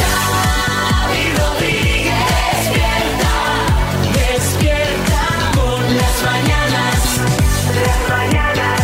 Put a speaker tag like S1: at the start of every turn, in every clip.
S1: Xavi Rodríguez, despierta, despierta con las mañanas, las mañanas,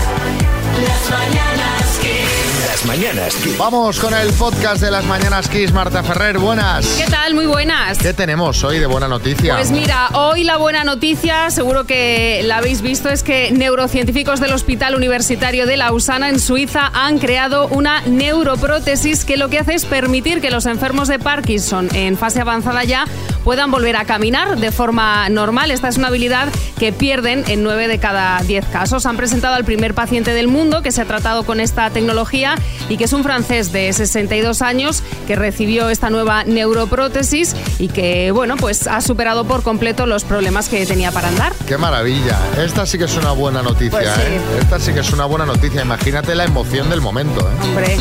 S1: las mañanas que
S2: Las mañanas Kiss.
S3: Vamos con el podcast de las mañanas Kiss, Marta Ferrer, buenas.
S4: ¿Qué tal? Muy buenas.
S3: ¿Qué tenemos hoy de buena noticia?
S4: Pues mira, hoy la buena noticia, seguro que la habéis visto, es que neurocientíficos del Hospital Universitario de Lausana en Suiza han creado una neuroprótesis que lo que hace es permitir que los enfermos de Parkinson en fase avanzada ya puedan volver a caminar de forma normal. Esta es una habilidad que pierden en 9 de cada 10 casos. Han presentado al primer paciente del mundo que se ha tratado con esta tecnología y que es un francés de 62 años que recibió esta nueva neuroprótesis y que, bueno, pues ha superado por completo los problemas que tenía para andar.
S3: Qué maravilla. Esta sí que es una buena noticia,
S4: Pues sí.
S3: ¿eh? Esta sí que es una buena noticia. Imagínate la emoción del momento, ¿eh?
S4: Hombre,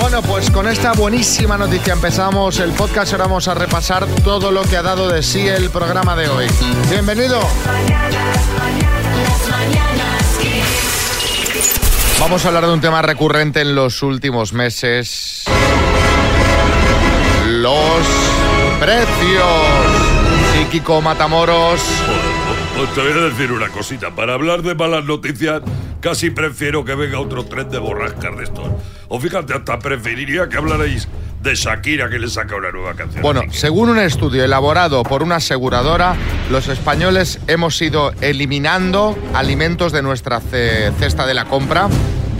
S3: Bueno, pues con esta buenísima noticia empezamos el podcast. Ahora vamos a repasar todo lo que ha dado de sí el programa de hoy. Bienvenido. Vamos a hablar de un tema recurrente en los últimos meses. Los precios. Y Kiko
S5: Os
S3: Matamoros.
S5: Pues te voy a decir una cosita. Para hablar de malas noticias, casi prefiero que venga otro tren de borrascas de estos. O fíjate, hasta preferiría que hablarais de Shakira, que le saca una nueva canción.
S3: Bueno,
S5: Así que-
S3: según un estudio elaborado por una aseguradora, los españoles hemos ido eliminando alimentos de nuestra ce- cesta de la compra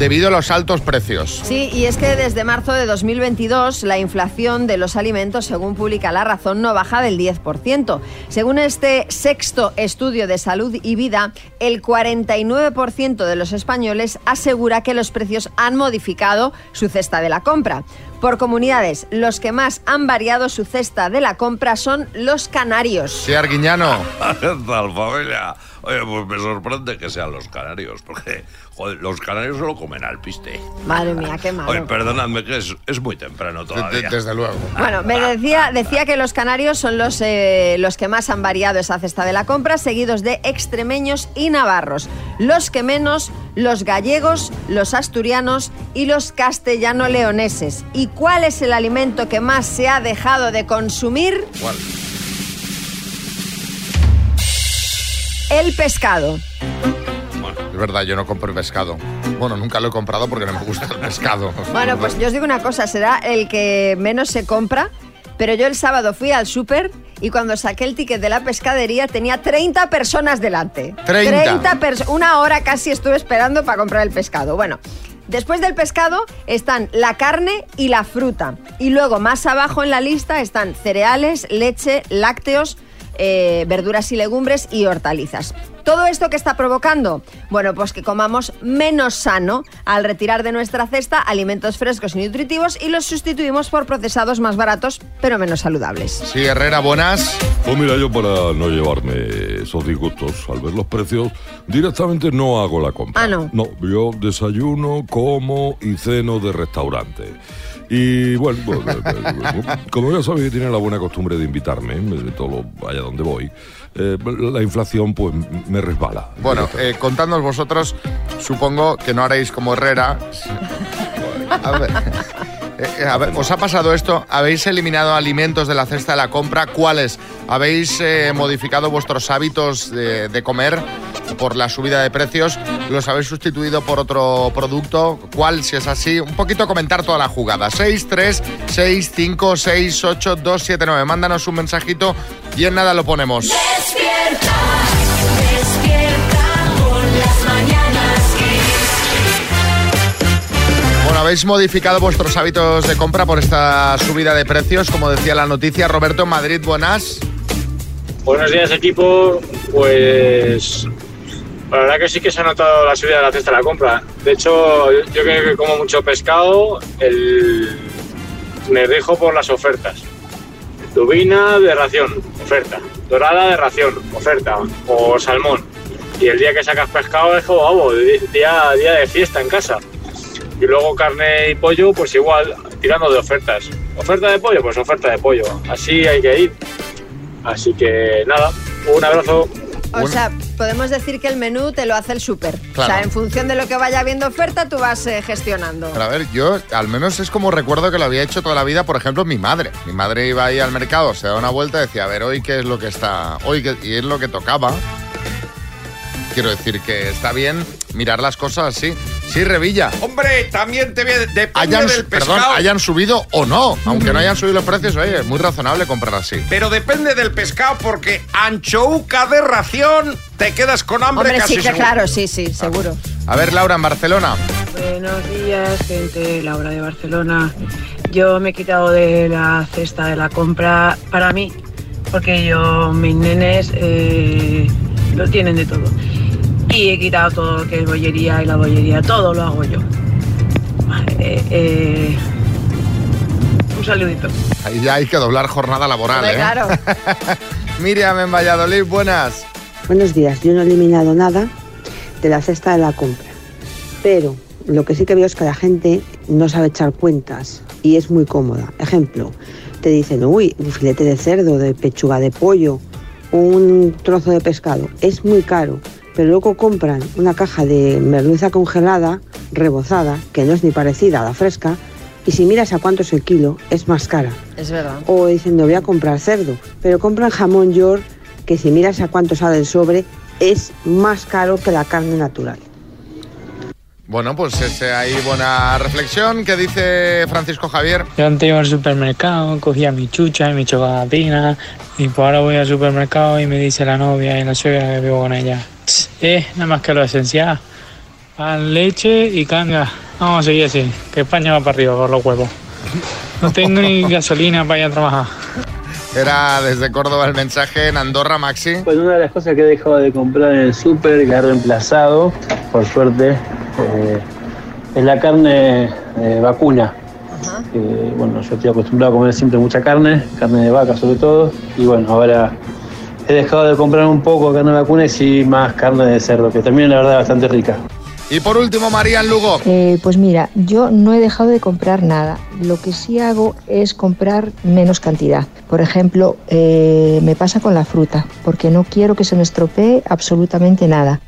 S3: debido a los altos precios.
S6: Sí, y es que desde marzo de 2022 la inflación de los alimentos, según publica La Razón, no baja del 10%. Según este sexto estudio de salud y vida, el 49% de los españoles asegura que los precios han modificado su cesta de la compra. Por comunidades, los que más han variado su cesta de la compra son los canarios.
S3: Sí, Arguiñano.
S5: Tal familia. Oye, pues me sorprende que sean los canarios, porque joder, los canarios solo comen al piste.
S6: Madre mía, qué malo.
S5: Oye, perdonadme que es, es muy temprano
S3: De-
S5: todavía.
S3: de- Desde luego.
S6: Bueno, me decía, decía que los canarios son los, eh, los que más han variado esa cesta de la compra, seguidos de extremeños y navarros. Los que menos, los gallegos, los asturianos y los castellano-leoneses. ¿Y cuál es el alimento que más se ha dejado de consumir?
S3: ¿Cuál?
S6: El pescado.
S3: Es verdad, yo no compro pescado. Bueno, nunca lo he comprado porque no me gusta el pescado.
S6: Bueno, pues yo os digo una cosa, será el que menos se compra, pero yo el sábado fui al súper y cuando saqué el ticket de la pescadería tenía 30 personas delante.
S3: 30.
S6: perso- una hora casi estuve esperando para comprar el pescado. Bueno, después del pescado están la carne y la fruta. Y luego más abajo en la lista están cereales, leche, lácteos, eh, verduras y legumbres y hortalizas. ¿Todo esto que está provocando? Bueno, pues que comamos menos sano al retirar de nuestra cesta alimentos frescos y nutritivos y los sustituimos por procesados más baratos pero menos saludables.
S3: Sí, Herrera, buenas.
S7: Pues mira, yo para no llevarme esos disgustos al ver los precios, directamente no hago la compra.
S6: Ah, no.
S7: No, yo desayuno, como y ceno de restaurante. Y bueno, bueno, como ya sabéis, tiene la buena costumbre de invitarme, eh, todo lo- allá donde voy, eh, la inflación pues me resbala.
S3: Bueno, eh, contadnos vosotros, supongo que no haréis como Herrera. A ver, eh, eh, a ver, ¿os ha pasado esto? ¿Habéis eliminado alimentos de la cesta de la compra? ¿Cuáles? ¿Habéis eh, modificado vuestros hábitos de, de comer por la subida de precios? ¿Los habéis sustituido por otro producto? ¿Cuál, si es así? Un poquito comentar toda la jugada. 6, 3, 6, 5, 6, 8, 2, 7, 9. Mándanos un mensajito y en nada lo ponemos.
S1: despierta, despierta con las mañanas que
S3: Bueno, habéis modificado vuestros hábitos de compra por esta subida de precios, como decía la noticia. Roberto, en Madrid, buenas.
S8: Buenos días equipo, pues la verdad que sí que se ha notado la subida de la cesta de la compra. De hecho, yo creo que como mucho pescado, el- me rijo por las ofertas. Lubina de ración, oferta. Dorada de ración, oferta. O salmón. Y el día que sacas pescado es como, vamos, di- día, día de fiesta en casa. Y luego carne y pollo, pues igual, tirando de ofertas. Oferta de pollo, pues oferta de pollo. Así hay que ir. Así que nada, un abrazo.
S6: O sea, podemos decir que el menú te lo hace el súper.
S3: Claro.
S6: O sea, en función de lo que vaya viendo oferta, tú vas eh, gestionando.
S3: Pero a ver, yo al menos es como recuerdo que lo había hecho toda la vida, por ejemplo, mi madre. Mi madre iba ahí al mercado, se daba una vuelta y decía, a ver, hoy qué es lo que está, hoy qué, y es lo que tocaba. Quiero decir que está bien mirar las cosas así. Sí, Revilla.
S9: Hombre, también te voy a... Depende
S3: Hayan,
S9: del
S3: perdón,
S9: pescado.
S3: hayan subido o no, aunque no hayan subido los precios, oye, es muy razonable comprar así.
S9: Pero depende del pescado porque anchouca de ración te quedas con hambre
S6: Hombre,
S9: casi
S6: sí, que
S9: seguro.
S6: claro, sí, sí, seguro.
S3: A ver, Laura, en Barcelona.
S10: Buenos días, gente Laura de Barcelona. Yo me he quitado de la cesta de la compra para mí, porque yo, mis nenes, eh, lo tienen de todo. Y he quitado todo lo que es bollería y la bollería, todo lo hago yo. Eh, eh, un saludito.
S3: Ahí ya hay que doblar jornada laboral,
S6: Hombre,
S3: ¿eh?
S6: claro.
S3: Miriam, en Valladolid, buenas.
S11: Buenos días, yo no he eliminado nada de la cesta de la compra, pero lo que sí que veo es que la gente no sabe echar cuentas y es muy cómoda. Ejemplo, te dicen, uy, un filete de cerdo, de pechuga de pollo, un trozo de pescado, es muy caro, pero luego compran una caja de merluza congelada, rebozada, que no es ni parecida a la fresca, y si miras a cuánto es el kilo, es más cara
S6: Es verdad.
S11: o diciendo voy a comprar cerdo, pero compran jamón york que si miras a cuánto sale el sobre es más caro que la carne natural.
S3: Bueno, pues ese ahí buena reflexión que dice Francisco Javier.
S8: Yo antes iba al supermercado, cogía mi chucha y mi chocolatina, y pues ahora voy al supermercado y me dice la novia y la suegra que vivo con ella. "Tss, Eh, nada más que lo esencial. Pan, leche y canga. Vamos a seguir así, que España va para arriba por los huevos. No tengo ni gasolina para ir a trabajar.
S3: Era desde Córdoba el mensaje en Andorra, Maxi.
S12: Pues una de las cosas que he dejado de comprar en el súper, que he reemplazado, por suerte, eh, es la carne eh, vacuna. Eh, bueno, yo estoy acostumbrado a comer siempre mucha carne, carne de vaca sobre todo, y bueno, ahora he dejado de comprar un poco de carne vacuna y sí más carne de cerdo, que también la verdad es bastante rica.
S3: Y por último, María en Lugo.
S13: Eh, pues mira, yo no he dejado de comprar nada. Lo que sí hago es comprar menos cantidad. Por ejemplo, eh, me pasa con la fruta, porque no quiero que se me estropee absolutamente nada.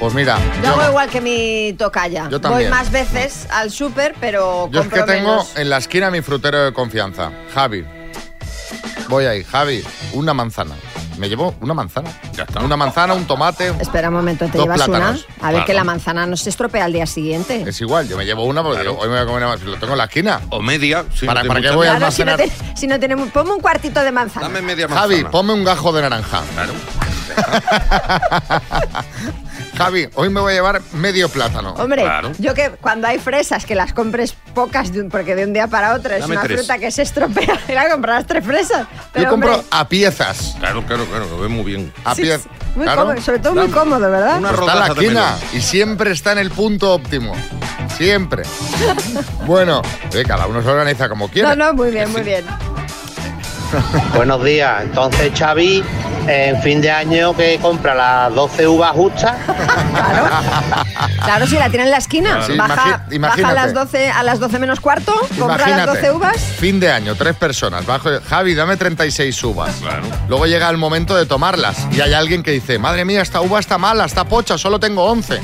S3: Pues mira,
S6: Yo hago
S3: yo,
S6: igual que mi tocaya.
S3: Yo también.
S6: Voy más veces al súper, pero
S3: yo es
S6: compro
S3: que tengo
S6: menos.
S3: en la esquina mi frutero de confianza, Javi. Voy ahí, Javi, una manzana. Me llevo una manzana. Una manzana, un tomate.
S6: Espera un momento, ¿te
S3: Dos
S6: llevas
S3: plátanos,
S6: una? A ver
S3: claro.
S6: que la manzana no se estropea al día siguiente.
S3: Es igual, yo me llevo una porque digo, hoy me voy a comer una más. Lo tengo en la esquina.
S9: O media. si
S3: ¿Para,
S9: no te
S3: para qué
S9: gusta.
S3: voy a
S6: Claro, si no,
S3: almacenar?
S6: te- si no tenemos... Ponme un cuartito de manzana.
S9: Dame media manzana.
S3: Javi, ponme un gajo de naranja.
S9: Claro.
S3: Javi, hoy me voy a llevar medio plátano.
S6: Hombre,
S9: Claro.
S6: yo que cuando hay fresas que las compres pocas, de un- porque de un día para otro es
S9: Dame
S6: una
S9: tres.
S6: fruta que se estropea, era comprar las tres fresas. Pero,
S3: Yo compro
S6: hombre,
S3: a piezas.
S9: Claro, claro, claro, lo ve muy bien.
S3: A
S6: sí,
S3: piezas.
S6: sí, muy cómodo, sobre todo muy
S9: Dame
S6: cómodo, ¿verdad?
S9: una-
S3: Está en la
S9: rodaja de
S3: esquina
S9: melón.
S3: y siempre está en el punto óptimo. Siempre. bueno, eh, cada uno se organiza como quiere.
S6: No, no, muy bien, muy bien.
S12: Buenos días. Entonces, Xavi, en fin de año que compra las 12 uvas justas.
S6: Claro, si la tiene en la esquina,
S3: Claro. Sí,
S6: baja,
S3: imagi-
S6: baja a,
S3: imagínate.
S6: las 12, a las 12 menos cuarto, compra las 12 uvas.
S3: fin de año, tres personas. Bajo, Javi, dame 36 uvas. Luego llega el momento de tomarlas y hay alguien que dice, madre mía, esta uva está mala, está pocha, solo tengo 11.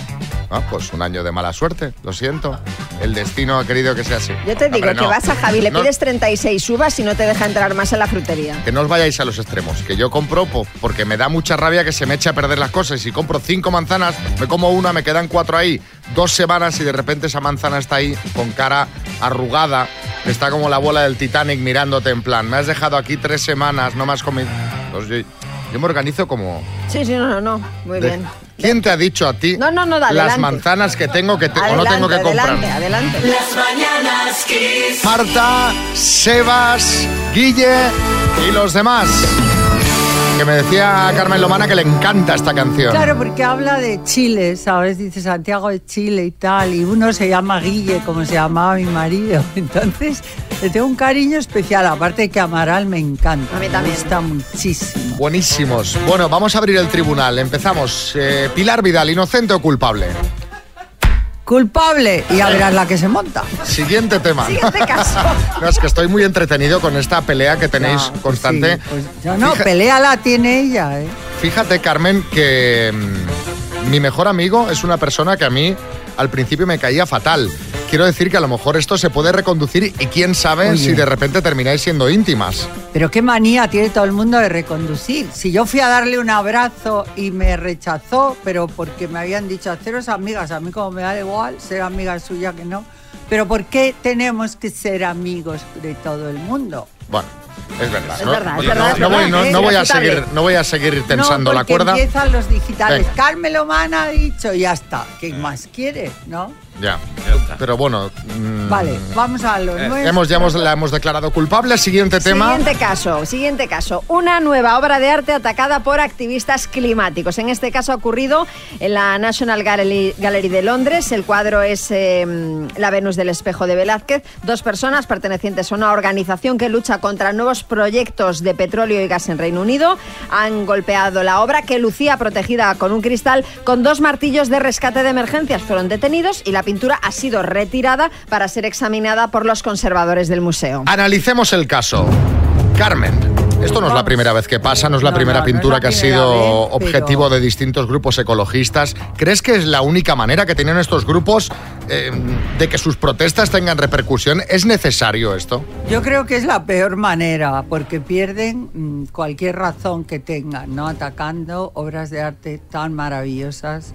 S3: Ah, pues un año de mala suerte, lo siento. El destino ha querido que sea así.
S6: Yo te digo
S3: Hombre, no.
S6: que vas a Javi, le
S3: No-
S6: pides 36 uvas y no te deja entrar más en la frutería.
S3: Que no os vayáis a los extremos, que yo compro po- porque me da mucha rabia que se me eche a perder las cosas. Y si compro cinco manzanas, me como una, me quedan cuatro ahí, dos semanas y de repente esa manzana está ahí con cara arrugada, que está como la bola del Titanic mirándote en plan, me has dejado aquí tres semanas, no me has comido. Pues yo, yo me organizo como...
S6: Sí, sí, no, no, no, muy
S3: de-
S6: bien.
S3: ¿Quién te ha dicho a ti
S6: No, no, no,
S3: las
S6: adelante.
S3: manzanas que tengo que te- o no
S6: Adelante,
S3: tengo que comprar?
S6: adelante, adelante.
S1: Las mañanas kiss.
S3: Marta, Sebas, Guille y los demás. Que me decía Carmen Lomana que le encanta esta canción.
S10: Claro, porque habla de Chile, ¿sabes? Dice Santiago de Chile y tal, y uno se llama Guille, como se llamaba mi marido. Entonces, le tengo un cariño especial, aparte de que Amaral me encanta.
S6: A mí también.
S10: Me gusta muchísimo.
S3: Buenísimos. Bueno, vamos a abrir el tribunal. Empezamos. Eh, Pilar Vidal, inocente o culpable.
S10: Culpable, y ya verás la que se monta.
S3: Siguiente tema.
S6: Siguiente caso.
S3: No, es que estoy muy entretenido con esta pelea que tenéis
S10: No, pues
S3: constante.
S10: sí, pues yo no,
S3: Fija-
S10: pelea la tiene ella, ¿eh?
S3: Fíjate, Carmen, que mm, mi mejor amigo es una persona que a mí al principio me caía fatal. Quiero decir que a lo mejor esto se puede reconducir y quién sabe
S14: Oye.
S3: si de repente termináis siendo íntimas.
S14: Pero qué manía tiene todo el mundo de reconducir. Si yo fui a darle un abrazo y me rechazó, pero porque me habían dicho haceros amigas, a mí como me da igual ser amiga suya que no. Pero ¿por qué tenemos que ser amigos de todo el mundo?
S3: Bueno, es verdad.
S14: Es
S3: ¿no?
S14: verdad, es
S3: Oye, no-
S14: verdad, es
S3: no voy-
S14: verdad,
S3: no-
S14: es
S3: no voy a
S14: irrefutable.
S3: seguir- no voy a seguir tensando
S14: no,
S3: la
S14: porque
S3: cuerda.
S14: Empiezan los digitales.
S3: Venga.
S14: Carmen Lomana ha dicho y ya está. ¿Qué más quiere? ¿No?
S3: Ya, pero bueno. mm,
S14: Vale, vamos a lo
S3: eh,
S14: nuestro.
S3: hemos, ya hemos, la hemos declarado culpable. Siguiente este tema.
S6: Siguiente caso, siguiente caso. Una nueva obra de arte atacada por activistas climáticos. En este caso ha ocurrido en la National Gallery, Gallery de Londres. El cuadro es eh, mm, La Venus del Espejo de Velázquez. Dos personas pertenecientes a una organización que lucha contra nuevos proyectos de petróleo y gas en Reino Unido han golpeado la obra que lucía protegida con un cristal con dos martillos de rescate de emergencias. Fueron detenidos y la pintura ha sido retirada para ser examinada por los conservadores del museo.
S3: Analicemos el caso. Carmen, esto no es la primera vez que pasa, no es la primera pintura que ha sido objetivo de distintos grupos ecologistas. ¿Crees que es la única manera que tienen estos grupos eh, de que sus protestas tengan repercusión? ¿Es necesario esto?
S14: Yo creo que es la peor manera, porque pierden mm, cualquier razón que tengan, ¿no? Atacando obras de arte tan maravillosas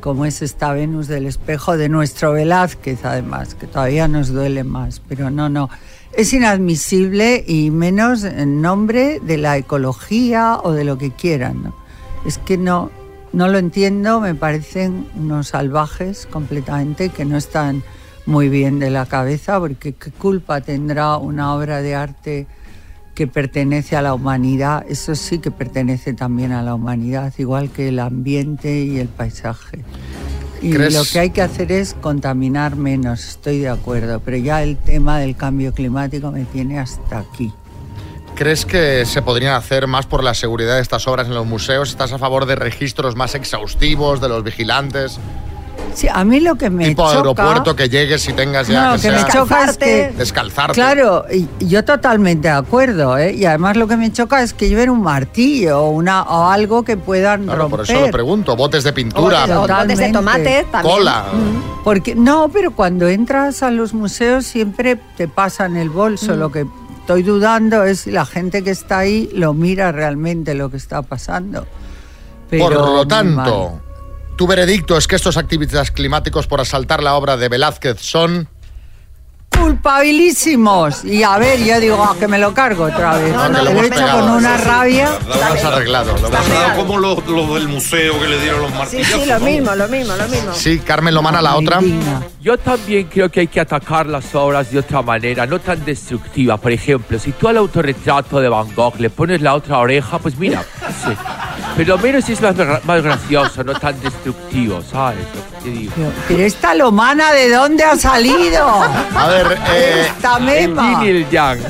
S14: como es esta Venus del espejo de nuestro Velázquez, además, que todavía nos duele más, pero no, no. Es inadmisible y menos en nombre de la ecología o de lo que quieran, ¿no? Es que no, no lo entiendo, me parecen unos salvajes completamente que no están muy bien de la cabeza, porque qué culpa tendrá una obra de arte que pertenece a la humanidad, eso sí que pertenece también a la humanidad, igual que el ambiente y el paisaje. Y
S3: ¿Crees-
S14: lo que hay que hacer es contaminar menos, estoy de acuerdo, pero ya el tema del cambio climático me tiene hasta aquí.
S3: ¿Crees que se podrían hacer más por la seguridad de estas obras en los museos? ¿Estás a favor de registros más exhaustivos de los vigilantes?
S14: Sí, a mí lo que me
S3: tipo
S14: choca...
S3: aeropuerto que llegues y tengas ya
S14: No,
S3: que,
S14: que
S3: sea-
S14: me choca es que-
S3: descalzarte.
S14: Claro, y- y yo totalmente de acuerdo, ¿eh? Y además lo que me choca es que lleven un martillo o, una, o algo que puedan
S3: Claro,
S14: romper.
S3: por eso lo pregunto. Botes de pintura,
S14: Botes- botes de Totalmente. tomate también. Mm.
S3: cola.
S14: Porque no, pero cuando entras a los museos siempre te pasan el bolso. Lo que estoy dudando es si la gente que está ahí lo mira realmente lo que está pasando. Pero
S3: por lo
S14: muy
S3: tanto, tu veredicto es que estos activistas climáticos por asaltar la obra de Velázquez son...
S14: culpabilísimos. Y a ver, yo digo, ah, que me lo cargo otra vez.
S3: No, no,
S14: Lo
S3: lo
S14: he
S3: hemos
S14: hecho
S3: pegado,
S14: con una
S3: sí, sí.
S14: rabia.
S3: Lo hemos arreglado. lo hemos
S5: Pasado
S3: arreglado.
S5: como los, los del museo que le dieron los
S6: Sí,
S5: martillos.
S6: sí, lo mismo, lo mismo, lo mismo.
S3: Sí, Carmen Lomana, la otra.
S15: Yo también creo que hay que atacar las obras de otra manera, no tan destructiva. Por ejemplo, si tú al autorretrato de Van Gogh le pones la otra oreja, pues mira, sí. pero al menos es más, gra- más gracioso, no tan destructivo, ¿sabes? Lo que te digo.
S14: Pero esta lomana, ¿de dónde ha salido?
S3: A ver, eh,
S14: Esta mema.
S15: El yang.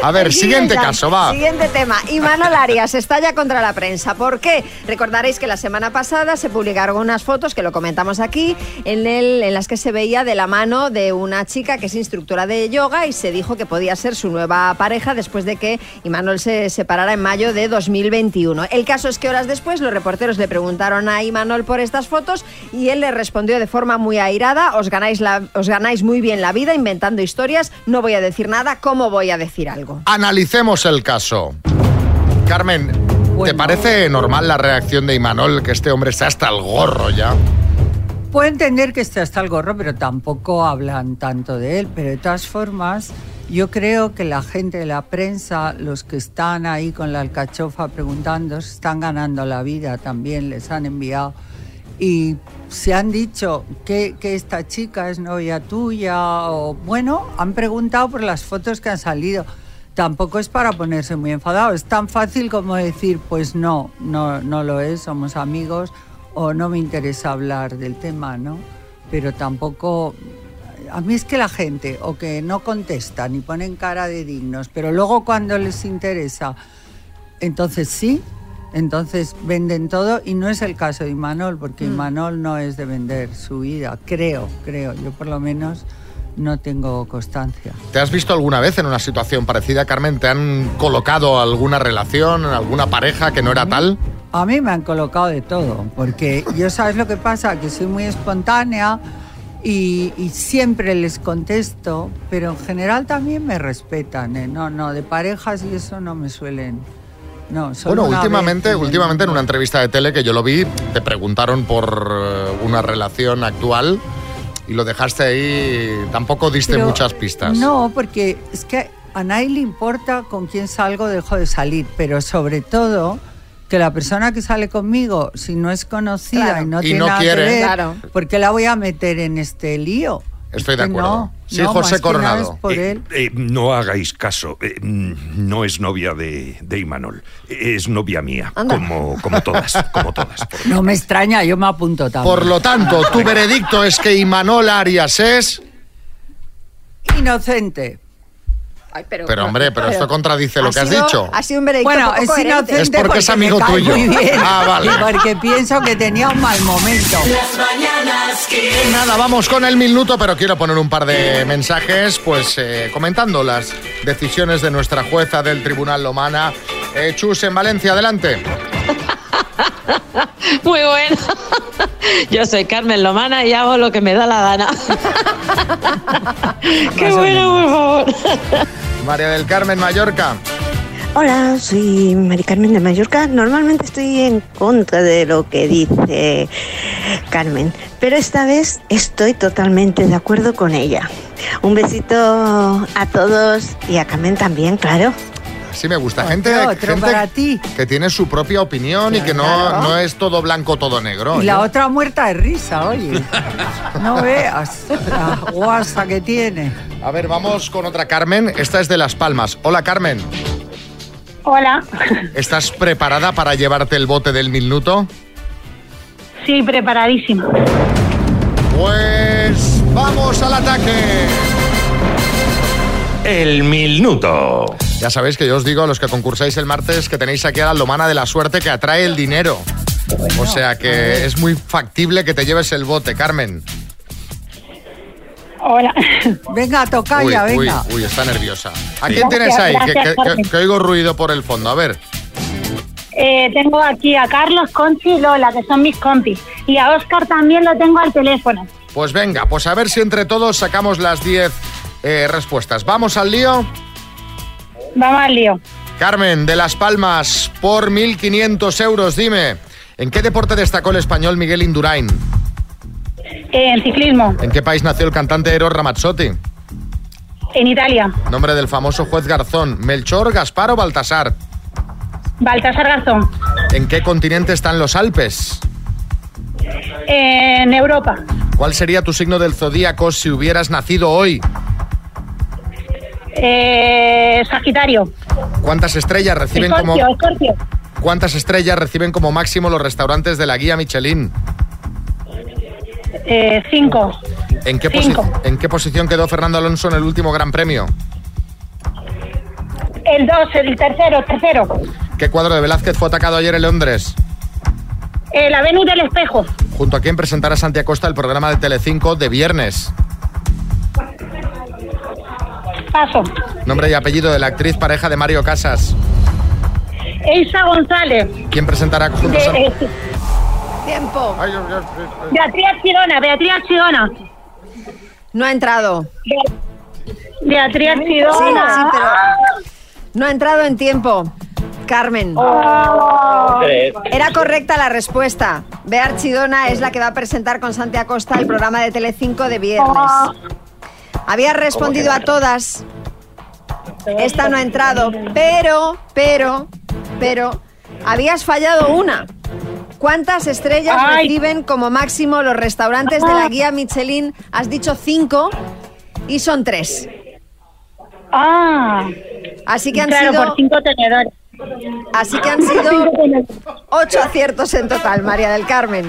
S3: A ver, siguiente caso, va.
S6: Siguiente tema. Imanol Arias estalla contra la prensa. ¿Por qué? Recordaréis que la semana pasada se publicaron unas fotos, que lo comentamos aquí, en, el, en las que se veía de la mano de una chica que es instructora de yoga y se dijo que podía ser su nueva pareja después de que Imanol se separara en mayo de 2021. El caso es que horas después los reporteros le preguntaron a Imanol por estas fotos y él le respondió de forma muy airada, os ganáis, la- os ganáis muy bien la vida inventando historias, no voy a decir nada, ¿cómo voy a decir algo?
S3: Analicemos el caso. Carmen, ¿te parece normal la reacción de Imanol que este hombre está hasta el gorro ya?
S14: Puedo entender que esté hasta el gorro, pero tampoco hablan tanto de él. Pero de todas formas, yo creo que la gente de la prensa, los que están ahí con la alcachofa preguntando, se están ganando la vida también, les han enviado. Y se han dicho que, que esta chica es novia tuya, o bueno, han preguntado por las fotos que han salido. Tampoco es para ponerse muy enfadado, es tan fácil como decir, pues no, no, no lo es, somos amigos, o no me interesa hablar del tema, ¿no? Pero tampoco... A mí es que la gente o que no contesta ni ponen cara de dignos, pero luego cuando les interesa, entonces sí, entonces venden todo y no es el caso de Imanol, porque Imanol no es de vender su vida, creo, creo, yo por lo menos no tengo constancia.
S3: ¿Te has visto alguna vez en una situación parecida, Carmen? ¿Te han colocado alguna relación, alguna pareja que no
S14: Mm,
S3: era tal?
S14: A mí me han colocado de todo, porque yo sabes lo que pasa, que soy muy espontánea y, y siempre les contesto, pero en general también me respetan. ¿eh? No, no, de parejas y eso no me suelen. No, solo
S3: Bueno,
S14: una vez
S3: últimamente,
S14: que me-
S3: últimamente en una entrevista de tele que yo lo vi, te preguntaron por eh, una relación actual y lo dejaste ahí. Tampoco diste
S14: Pero
S3: muchas pistas.
S14: No, porque es que a nadie le importa con quién salgo o dejo de salir, pero sobre todo que la persona que sale conmigo, si no es conocida y no
S3: Y
S14: tiene
S3: no
S14: nada
S3: quiere.
S14: que ver,
S3: Claro.
S14: ¿por qué la voy a meter en este lío?
S3: Estoy de
S14: Que
S3: acuerdo.
S14: Eh, no, no, más que nada es por
S16: Eh,
S14: él.
S16: eh, no hagáis caso. eh, mm, no es novia de, de Imanol. Es novia mía.
S14: Anda.
S16: Como, como todas. Como todas.
S14: No me extraña, yo me apunto también.
S3: Por lo tanto, tu veredicto es que Imanol Arias es.
S14: Inocente.
S3: Pero hombre, pero esto contradice lo
S14: Ha
S3: que has
S14: sido-
S3: dicho.
S14: ha sido un veredicto
S6: Bueno,
S14: poco
S6: es
S14: coherente.
S3: inocente Es porque porque es amigo
S14: me cae
S3: tuyo.
S14: muy bien.
S3: Ah, vale.
S14: Y porque pienso que tenía un mal momento.
S1: Las mañanas
S3: Y
S1: Kiss.
S3: Nada, vamos con el minuto, pero quiero poner un par de mensajes, pues eh, comentando las decisiones de nuestra jueza del Tribunal Lomana. Eh, Chus, en Valencia, adelante.
S10: Muy bueno. Yo soy Carmen Lomana y hago lo que me da la gana. Qué bueno, por favor.
S3: María del Carmen, Mallorca.
S13: Hola, soy Mari Carmen de Mallorca. Normalmente estoy en contra de lo que dice Carmen, pero esta vez estoy totalmente de acuerdo con ella. Un besito a todos y a Carmen también, claro.
S3: Sí, me gusta. Gente,
S13: otro
S3: gente
S13: para
S3: que tiene su propia opinión y que no,
S14: Claro.
S3: no es todo blanco, todo negro.
S14: y la
S3: ¿eh?
S14: otra muerta de risa, oye. No veas la guasa que tiene.
S3: A ver, vamos con otra Carmen. Esta es de Las Palmas. Hola, Carmen.
S17: Hola,
S3: ¿Estás preparada para llevarte el bote del minuto?
S17: sí, preparadísima.
S3: Pues vamos al ataque.
S5: El minuto.
S3: Ya sabéis que yo os digo a los que concursáis el martes que tenéis aquí a la lomana de la suerte que atrae el dinero. O sea que es muy factible que te lleves el bote, Carmen.
S17: Hola.
S14: Venga,
S3: Uy,
S14: tocaya,
S3: uy,
S14: venga.
S3: uy, está nerviosa. ¿A
S17: Sí.
S3: quién tienes
S17: Gracias,
S3: ahí? Que-
S17: gracias,
S3: que- que,
S17: Carmen.
S3: que oigo ruido por el fondo. A ver,
S17: Eh, tengo aquí a Carlos, Conchi y Lola, que son mis compis. Y a Oscar también lo tengo al teléfono.
S3: pues venga, pues a ver si entre todos sacamos las 10 eh, respuestas. ¿Vamos al lío?
S17: Vamos al lío.
S3: Carmen, de Las Palmas, por 1.500 euros, dime, ¿en qué deporte destacó el español Miguel Indurain?
S17: eh, en ciclismo,
S3: ¿En qué país nació el cantante Eros Ramazzotti?
S17: en Italia,
S3: Nombre del famoso juez Garzón, Melchor, Gaspar o Baltasar.
S17: Baltasar Garzón,
S3: ¿En qué continente están los Alpes?
S17: en Europa,
S3: ¿Cuál sería tu signo del zodíaco si hubieras nacido hoy?
S17: eh, Sagitario,
S3: ¿Cuántas estrellas reciben como
S17: Escorpio, Escorpio,
S3: cuántas estrellas reciben como máximo los restaurantes de la guía Michelin?
S17: eh, cinco,
S3: ¿En qué,
S17: Cinco.
S3: posi- ¿En qué posición quedó Fernando Alonso en el último Gran Premio?
S17: el dos, el tercero, tercero,
S3: ¿Qué cuadro de Velázquez fue atacado ayer en Londres?
S17: eh, la Venus del Espejo,
S3: Junto a quién presentará Santi Acosta el programa de Telecinco de viernes.
S17: paso,
S3: Nombre y apellido de la actriz pareja de Mario Casas.
S17: Eisa González,
S3: ¿Quién presentará junto a
S17: de,
S3: San-
S17: eh,
S6: Tiempo.
S17: Beatriz Chirona, Beatriz Chirona,
S6: No ha entrado.
S17: Beatriz Ah. Chirona.
S6: Sí, sí, pero no ha entrado en tiempo. Carmen.
S17: Tres.
S6: Era correcta la respuesta. Bea Archidona es la que va a presentar con Santi Acosta el programa de Telecinco de viernes.
S17: Oh.
S6: Había respondido a todas. Esta no ha entrado, pero, pero, pero habías fallado una. ¿Cuántas estrellas
S17: Ay. Ah.
S6: reciben como máximo los restaurantes de la guía Michelin? Has dicho cinco y son tres.
S17: Ah.
S6: Así que han
S17: claro,
S6: sido
S17: por cinco tenedores.
S6: Así que han sido ocho aciertos en total, María del Carmen.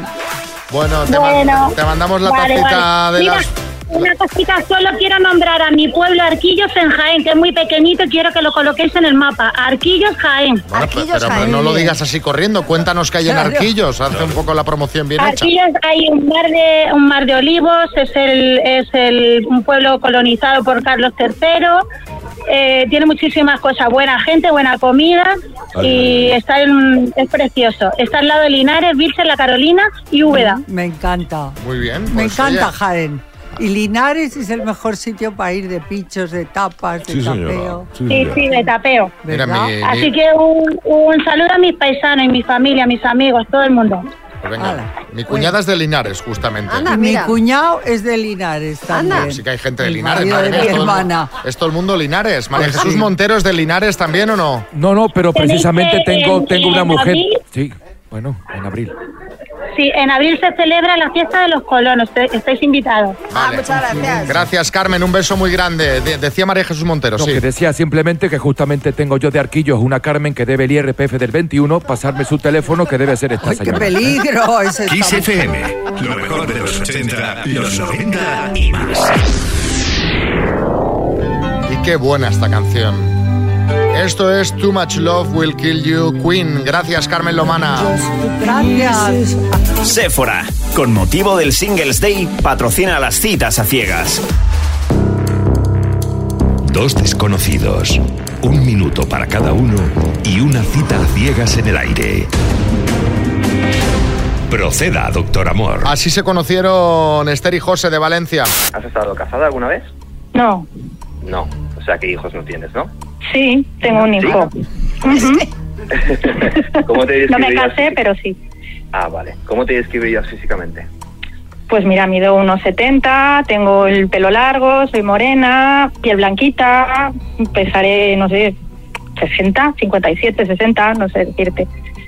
S3: Bueno, te,
S6: Bueno,
S3: man- te mandamos la
S6: vale,
S3: tacita
S6: vale.
S3: de
S6: Mira.
S3: las
S17: Una cosita, solo quiero nombrar a mi pueblo Arquillos en Jaén, que es muy pequeñito y quiero que lo coloquéis en el mapa. Arquillos Jaén.
S3: Bueno, pe- pero, pero no lo digas así corriendo, cuéntanos que hay en
S17: Claro.
S3: Arquillos, hace un poco la promoción bien hecha.
S17: Arquillos hay un mar de un mar de olivos, es el es el un pueblo colonizado por Carlos III. eh, tiene muchísimas cosas, buena gente, buena comida y está en- es precioso. Está al lado de Linares, Virgen, La Carolina y Úbeda.
S14: Me encanta.
S3: Muy bien.
S14: Me
S3: pues,
S14: encanta
S3: oye,
S14: Jaén. Y Linares es el mejor sitio para ir de pichos, de tapas, de
S3: Sí, señora.
S14: tapeo.
S3: Sí, señora.
S17: Sí, de tapeo.
S3: Mira, mi-
S17: Así
S3: mi-
S17: que un, un saludo a mis paisanos y mi familia, a mis amigos, todo el mundo.
S3: pues venga, mi cuñada es de Linares, justamente.
S14: Mi cuñado es de Linares también.
S3: Sí que hay gente de
S14: El
S3: Linares.
S14: marido
S3: madre
S14: de
S3: mía,
S14: mi
S3: es todo el mu-
S14: hermana.
S3: Es todo el mundo Linares. María
S15: Pues
S3: Jesús
S15: sí.
S3: Montero es de Linares también o no?
S15: No, no, pero
S17: ¿Tenéis
S15: precisamente
S17: que
S15: tengo,
S17: en-
S15: tengo una
S17: en
S15: mujer.
S17: abril?
S15: Sí, bueno, en abril.
S17: Sí, en abril se celebra la fiesta de los colonos, te- estáis invitados.
S3: Vale. Gracias, Carmen. Un beso muy grande. De- decía María Jesús Montero,
S15: Lo
S3: sí.
S15: que decía simplemente que justamente tengo yo de arquillos una Carmen que debe el IRPF del 21, pasarme su teléfono que debe ser esta señora.
S14: peligro! Ese
S18: Kiss FM, lo mejor de los 80, los 90 y más.
S3: Y qué buena esta canción. Esto es Too Much Love Will Kill You, Queen. Gracias, Carmen Lomana.
S14: Gracias.
S18: Sephora, con motivo del Singles Day, patrocina las citas a ciegas.
S7: Dos desconocidos, un minuto para cada uno y una cita a ciegas en el aire. Proceda, doctor Amor.
S3: Así se conocieron Esther y José de Valencia.
S19: ¿Has estado casada alguna vez?
S17: No,
S19: No. O sea que hijos no tienes, ¿no?
S17: sí, tengo un hijo. Ujú.
S19: ¿Cómo te
S17: No me
S19: describirías?
S17: casé, pero sí.
S19: Ah, vale. ¿Cómo te describirías físicamente?
S17: Pues mira, mido unos 70, tengo el pelo largo, soy morena, piel blanquita, pesaré, no sé, 60, 57, 60, no sé decirte.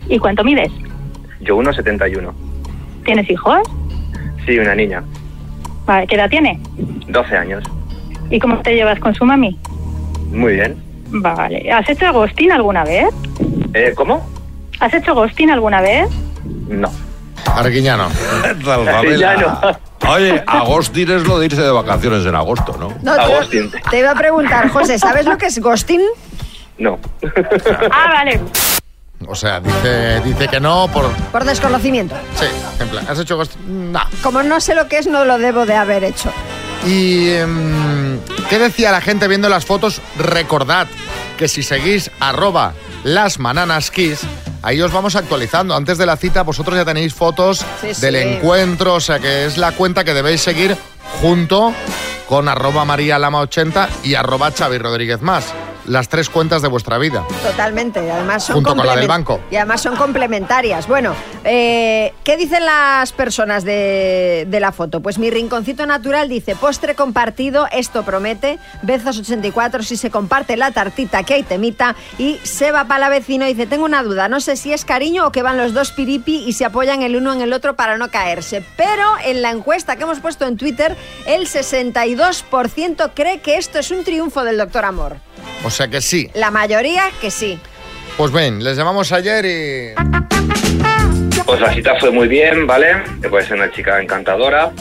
S17: ¿Y cuánto mides?
S19: Yo 1,71.
S17: ¿Tienes hijos?
S19: Sí, una niña.
S17: Vale, ¿Qué edad tiene?
S19: 12 años.
S17: ¿Y cómo te llevas con su mami?
S19: Muy bien.
S17: Vale. ¿Has hecho ghosting alguna vez?
S19: Eh, ¿Cómo?
S17: ¿Has hecho ghosting alguna vez?
S19: No.
S3: Arguiñano.
S16: Zalzabela. Oye, Agostín es lo de irse de vacaciones en agosto, ¿no?
S6: No, te- Te iba a preguntar, José, ¿sabes lo que es ghosting?
S19: No.
S17: Ah, vale.
S3: O sea, dice, dice que no por...
S6: Por desconocimiento.
S3: Sí, en plan, ¿has hecho ghost? No.
S6: Como no sé lo que es, no lo debo de haber hecho.
S3: ¿Y em, qué decía la gente viendo las fotos? Recordad que si seguís arroba las kiss, ahí os vamos actualizando. Antes de la cita vosotros ya tenéis fotos
S5: Sí, sí.
S3: del encuentro, o sea que es la cuenta que debéis seguir junto con arroba marialama80 y arroba Xavi Rodríguez más. Las tres cuentas de vuestra vida.
S6: Totalmente, y además son
S3: Junto con la del
S6: complemen-
S3: banco.
S6: Y además son complementarias. Bueno, eh, ¿qué dicen las personas de, de la foto? Pues mi rinconcito natural dice, postre compartido, esto promete, Bezos 84, si se comparte la tartita que hay temita, y Seba Palavecino dice, tengo una duda, no sé si es cariño o que van los dos piripi y se apoyan el uno en el otro para no caerse, pero en la encuesta que hemos puesto en Twitter, el 62% cree que esto es un triunfo del doctor Amor.
S3: O sea que sí.
S6: La mayoría que sí.
S3: Pues ven, les llamamos ayer y...
S19: Pues la cita fue muy bien, ¿vale? Me parece una chica encantadora,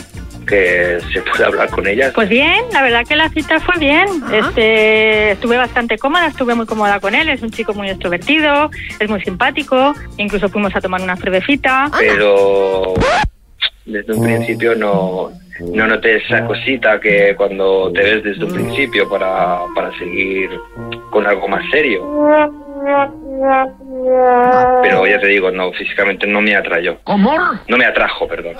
S19: que se puede hablar con ella.
S17: Pues bien, la verdad que la cita fue bien. Este, estuve bastante cómoda, estuve muy cómoda con él. Es un chico muy extrovertido, es muy simpático. Incluso fuimos a tomar una cervecita.
S19: Ah. pero desde un principio no, no noté esa cosita que cuando te ves desde un principio para, para seguir con algo más serio. Pero ya te digo, no, físicamente no me atrayó.
S17: ¿Cómo?
S19: No me atrajo, perdón.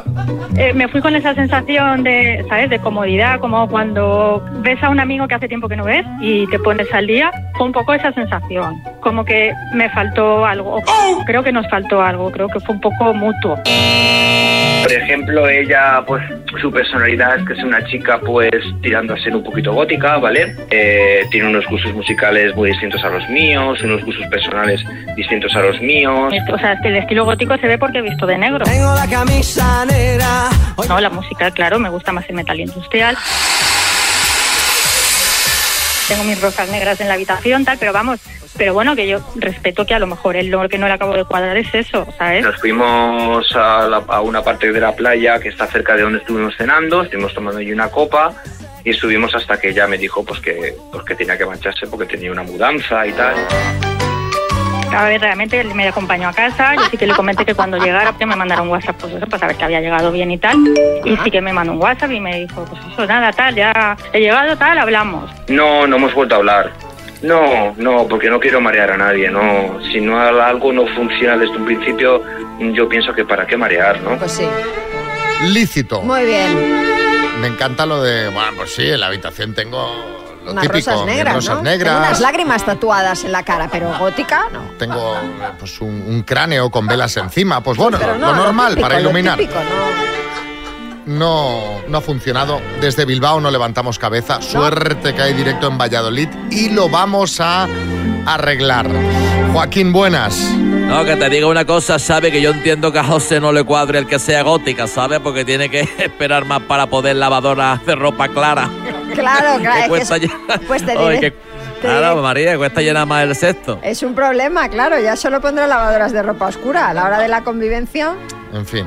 S17: Eh, me fui con esa sensación de, ¿sabes? De comodidad, como cuando ves a un amigo que hace tiempo que no ves y te pones al día. Fue un poco esa sensación, como que me faltó algo. o Creo que nos faltó algo, creo que fue un poco mutuo.
S19: Por ejemplo, ella, pues su personalidad es que es una chica, pues tirando a ser un poquito gótica, ¿vale? Eh, tiene unos gustos musicales muy distintos a los míos, unos gustos personales distintos a los míos.
S17: O sea, es que el estilo gótico se ve porque he visto de negro. la No, la música, claro, me gusta más el metal industrial.
S20: tengo mis rosas negras en la habitación, tal, pero vamos, pero bueno, que yo respeto que a lo mejor él lo que no le acabo de cuadrar es eso, ¿sabes?
S19: Nos fuimos a, la- a una parte de la playa que está cerca de donde estuvimos cenando, estuvimos tomando allí una copa y subimos hasta que ella me dijo pues que, pues que tenía que marcharse porque tenía una mudanza y tal.
S20: A ver, realmente él me acompañó a casa, yo sí que le comenté que cuando llegara que me mandara un WhatsApp, pues eso, para saber que había llegado bien y tal, y sí que me mandó un WhatsApp y me dijo, pues eso, nada, tal, ya he llegado, tal, hablamos.
S19: No, no hemos vuelto a hablar. No, no, porque no quiero marear a nadie, no. Si no algo no funciona desde un principio, yo pienso que para qué marear, ¿no?
S6: Pues sí.
S3: Lícito.
S6: Muy bien.
S3: Me encanta lo de, bueno, pues sí, en la habitación tengo lo
S6: Unas
S3: típico,
S6: rosas
S3: mis
S6: negras,
S3: rosas
S6: ¿no?
S3: negras.
S6: Tengo unas lágrimas tatuadas en la cara, pero gótica, no.
S3: Tengo eh, pues un, un cráneo con velas encima. Pues bueno,
S6: Pero no,
S3: lo normal
S6: típico,
S3: para
S6: lo
S3: iluminar.
S6: típico, ¿no?
S3: No, no ha funcionado. Desde Bilbao no levantamos cabeza. Suerte que hay directo en Valladolid y lo vamos a arreglar. Joaquín, buenas.
S21: No, que te diga una cosa, sabe que yo entiendo que a José no le cuadre el que sea gótica, ¿sabe? Porque tiene que esperar más para poder lavadora de ropa clara.
S6: Claro,
S21: Que
S6: claro. es
S21: cuesta
S6: que es-
S21: llenar-
S6: pues te
S21: Ay,
S6: diré-
S21: que- Claro, María, que cuesta llenar más el sexto.
S6: Es un problema, claro. Ya solo pondrá lavadoras de ropa oscura a la hora de la convivencia.
S3: En fin.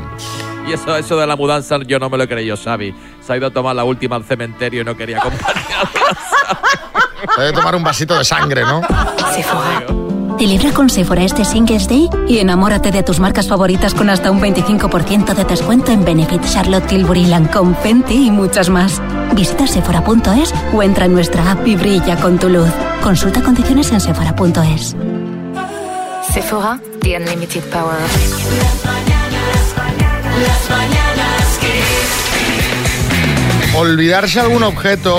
S21: Y eso, eso de la mudanza yo no me lo creí yo, Xavi. Se ha ido a tomar la última al cementerio y no quería acompañar.
S3: Voy a tomar un vasito de sangre, ¿no?
S22: Celebra con Sephora este Singles Day y enamórate de tus marcas favoritas con hasta un 25% de descuento en Benefit, Charlotte Tilbury, Lancome, Fenty y muchas más. Visita sephora.es o entra en nuestra app y brilla con tu luz. Consulta condiciones en sephora.es.
S23: Sephora, the unlimited power of.
S1: Las mañanas Kiss.
S3: Olvidarse algún objeto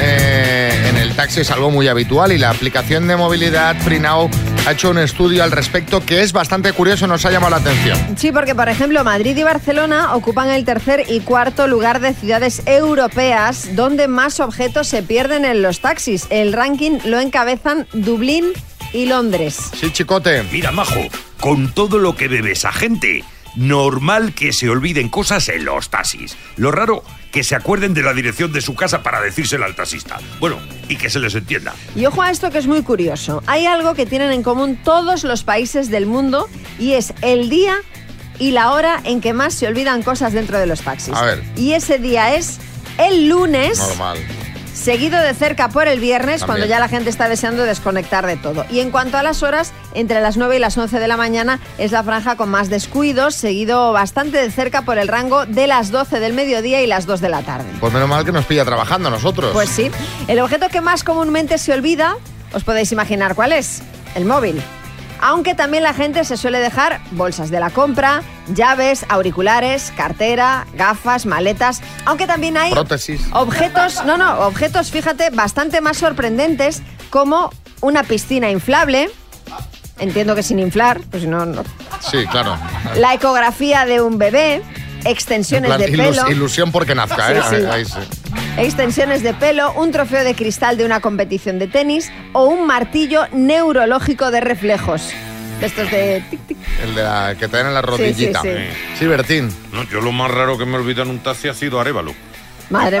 S3: eh, en el taxi es algo muy habitual y la aplicación de movilidad Freenow ha hecho un estudio al respecto que es bastante curioso, nos ha llamado la atención.
S6: Sí, porque por ejemplo Madrid y Barcelona ocupan el tercer y cuarto lugar de ciudades europeas donde más objetos se pierden en los taxis. El ranking lo encabezan Dublín y Londres.
S3: Sí, chicote.
S5: Mira, majo, con todo lo que bebe esa gente, normal que se olviden cosas en los taxis. Lo raro, que se acuerden de la dirección de su casa para decírsela al taxista. Bueno, y que se les entienda.
S6: Y ojo a esto que es muy curioso. Hay algo que tienen en común todos los países del mundo y es el día y la hora en que más se olvidan cosas dentro de los taxis.
S3: A ver.
S6: Y ese día es el lunes.
S3: Normal.
S6: Seguido de cerca por el viernes,
S3: También.
S6: cuando ya la gente está deseando desconectar de todo. Y en cuanto a las horas, entre las 9 y las 11 de la mañana es la franja con más descuidos, seguido bastante de cerca por el rango de las 12 del mediodía y las 2 de la tarde.
S3: Pues menos mal que nos pilla trabajando a nosotros.
S6: Pues sí. El objeto que más comúnmente se olvida, os podéis imaginar cuál es, el móvil. Aunque también la gente se suele dejar bolsas de la compra, llaves, auriculares, cartera, gafas, maletas. Aunque también hay
S3: Prótesis.
S6: objetos, no, no, objetos, fíjate, bastante más sorprendentes como una piscina inflable. Entiendo que sin inflar, pues si no, no.
S3: Sí, claro.
S6: La ecografía de un bebé,
S3: En
S6: extensiones
S3: plan,
S6: de
S3: ilus-
S6: pelo.
S3: ilusión porque nazca,
S6: Sí,
S3: ¿eh?
S6: sí.
S3: Ahí sí.
S6: Extensiones de pelo, un trofeo de cristal de una competición de tenis o un martillo neurológico de reflejos. De Estos de... tic, tic.
S3: El de la Ah, que te dan en la
S6: Sí, sí,
S3: rodillita.
S6: sí.
S3: Bertín.
S9: No, yo lo más raro que me olvidó en un taxi ha sido Arevalo.
S6: Madre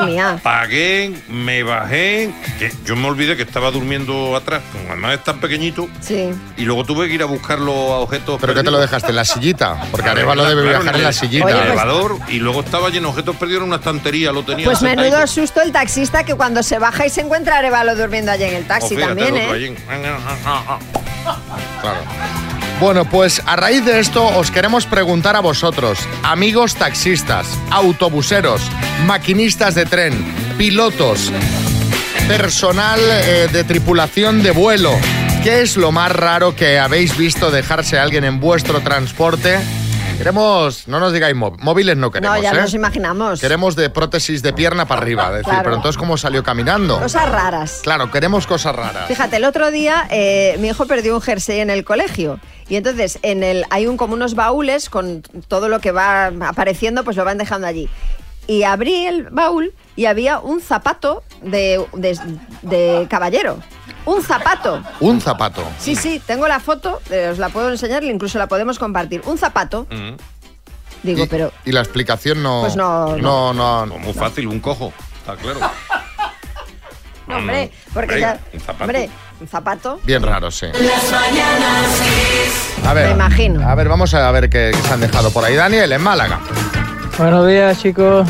S6: mía.
S9: Pagué, me bajé, que yo me olvidé que estaba durmiendo atrás, como además es tan pequeñito,
S6: Sí.
S9: y luego tuve que ir a buscar los objetos
S3: ¿Pero qué te lo dejaste? ¿En la sillita? Porque Arevalo debe viajar en la sillita.
S6: pues,
S9: El elevador, y luego estaba lleno de objetos perdidos en una estantería, lo tenía.
S6: Pues
S9: sentadito.
S6: menudo susto el taxista que cuando se baja y se encuentra a Arevalo durmiendo allí en el
S9: Oh,
S3: Pues
S6: taxi
S9: fíjate,
S6: también,
S9: el otro
S6: ¿eh?
S9: allí.
S3: Claro. Bueno, pues a raíz de esto os queremos preguntar a vosotros, amigos taxistas, autobuseros, maquinistas de tren, pilotos, personal eh, de tripulación de vuelo, ¿qué es lo más raro que habéis visto dejarse a alguien en vuestro transporte? Queremos, no nos digáis mó- móviles, no queremos.
S6: No, ya
S3: ¿eh?
S6: nos imaginamos.
S3: Queremos de prótesis de pierna para arriba, decir,
S6: Claro.
S3: pero entonces cómo salió caminando.
S6: Cosas raras.
S3: Claro, queremos cosas raras.
S6: Fíjate, el otro día eh, mi hijo perdió un jersey en el colegio. Y entonces en el, hay un, como unos baúles con todo lo que va apareciendo, pues lo van dejando allí. Y abrí el baúl y había un zapato de, de- de caballero. Un zapato.
S3: Un zapato.
S6: Sí, sí, tengo la foto, eh, os la puedo enseñar, incluso la podemos compartir. Un zapato.
S3: Mm.
S6: Digo,
S3: Y-
S6: pero
S3: Y la explicación no.
S6: Pues no,
S3: No, no.
S9: Muy fácil, un cojo. Está claro.
S6: No, hombre, porque
S3: Mm, Hombre,
S6: ya.
S3: un zapato.
S6: Hombre, un zapato.
S3: Bien raro, sí.
S6: Las mañanas
S3: A ver,
S6: Me imagino.
S3: A ver, vamos a ver qué, qué se han dejado por ahí. Daniel, en Málaga.
S4: Buenos días chicos,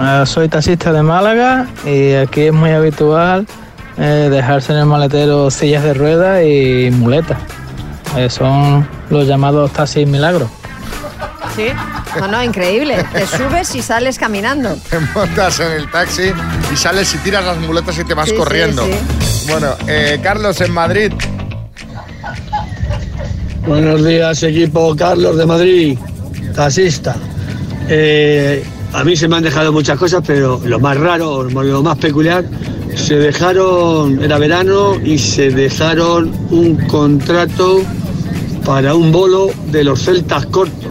S4: Eh, soy taxista de Málaga y aquí es muy habitual eh, dejarse en el maletero sillas de ruedas y muletas. Eh, son los llamados taxis milagros.
S6: Sí. No, no, increíble. Te subes y sales caminando.
S3: Te montas en el taxi y sales y tiras las muletas y te vas
S6: Sí, sí,
S3: corriendo.
S6: sí.
S3: Bueno, eh, Carlos, en Madrid.
S24: Buenos días, equipo Carlos de Madrid, taxista. Eh, a mí se me han dejado muchas cosas, pero lo más raro, o lo más peculiar, se dejaron, era verano, y se dejaron un contrato para un bolo de los celtas cortos.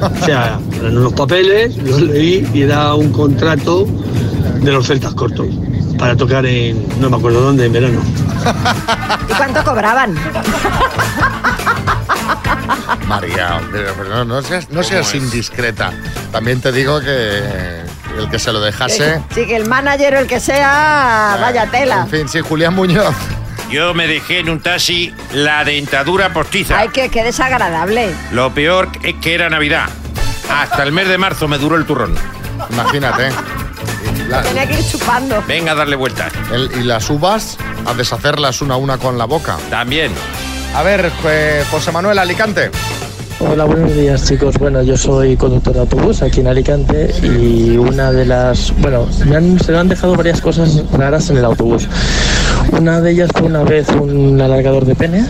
S24: O sea, en los papeles los leí y era un contrato de los celtas cortos para tocar en, no me acuerdo dónde, en verano.
S6: ¿Y cuánto cobraban?
S3: María, pero, pero no, no seas, no seas indiscreta. También te digo que el que se lo dejase.
S6: Sí, que el manager o el que sea, vaya tela.
S3: En fin, sí, Julián Muñoz.
S9: Yo me dejé en un taxi la dentadura postiza.
S6: Ay, que, que desagradable.
S9: Lo peor es que era Navidad. Hasta el mes de marzo me duró el turrón.
S3: Imagínate. La-
S6: Tenía que ir chupando.
S9: Venga a darle vueltas.
S3: el- y las uvas, a deshacerlas una a una con la boca.
S9: También.
S3: A ver, eh, José Manuel Alicante.
S24: Hola, buenos días chicos. Bueno, yo soy conductor de autobús aquí en Alicante y una de las... Bueno, me han- se me han dejado varias cosas raras en el autobús. Una de ellas fue una vez un alargador de pene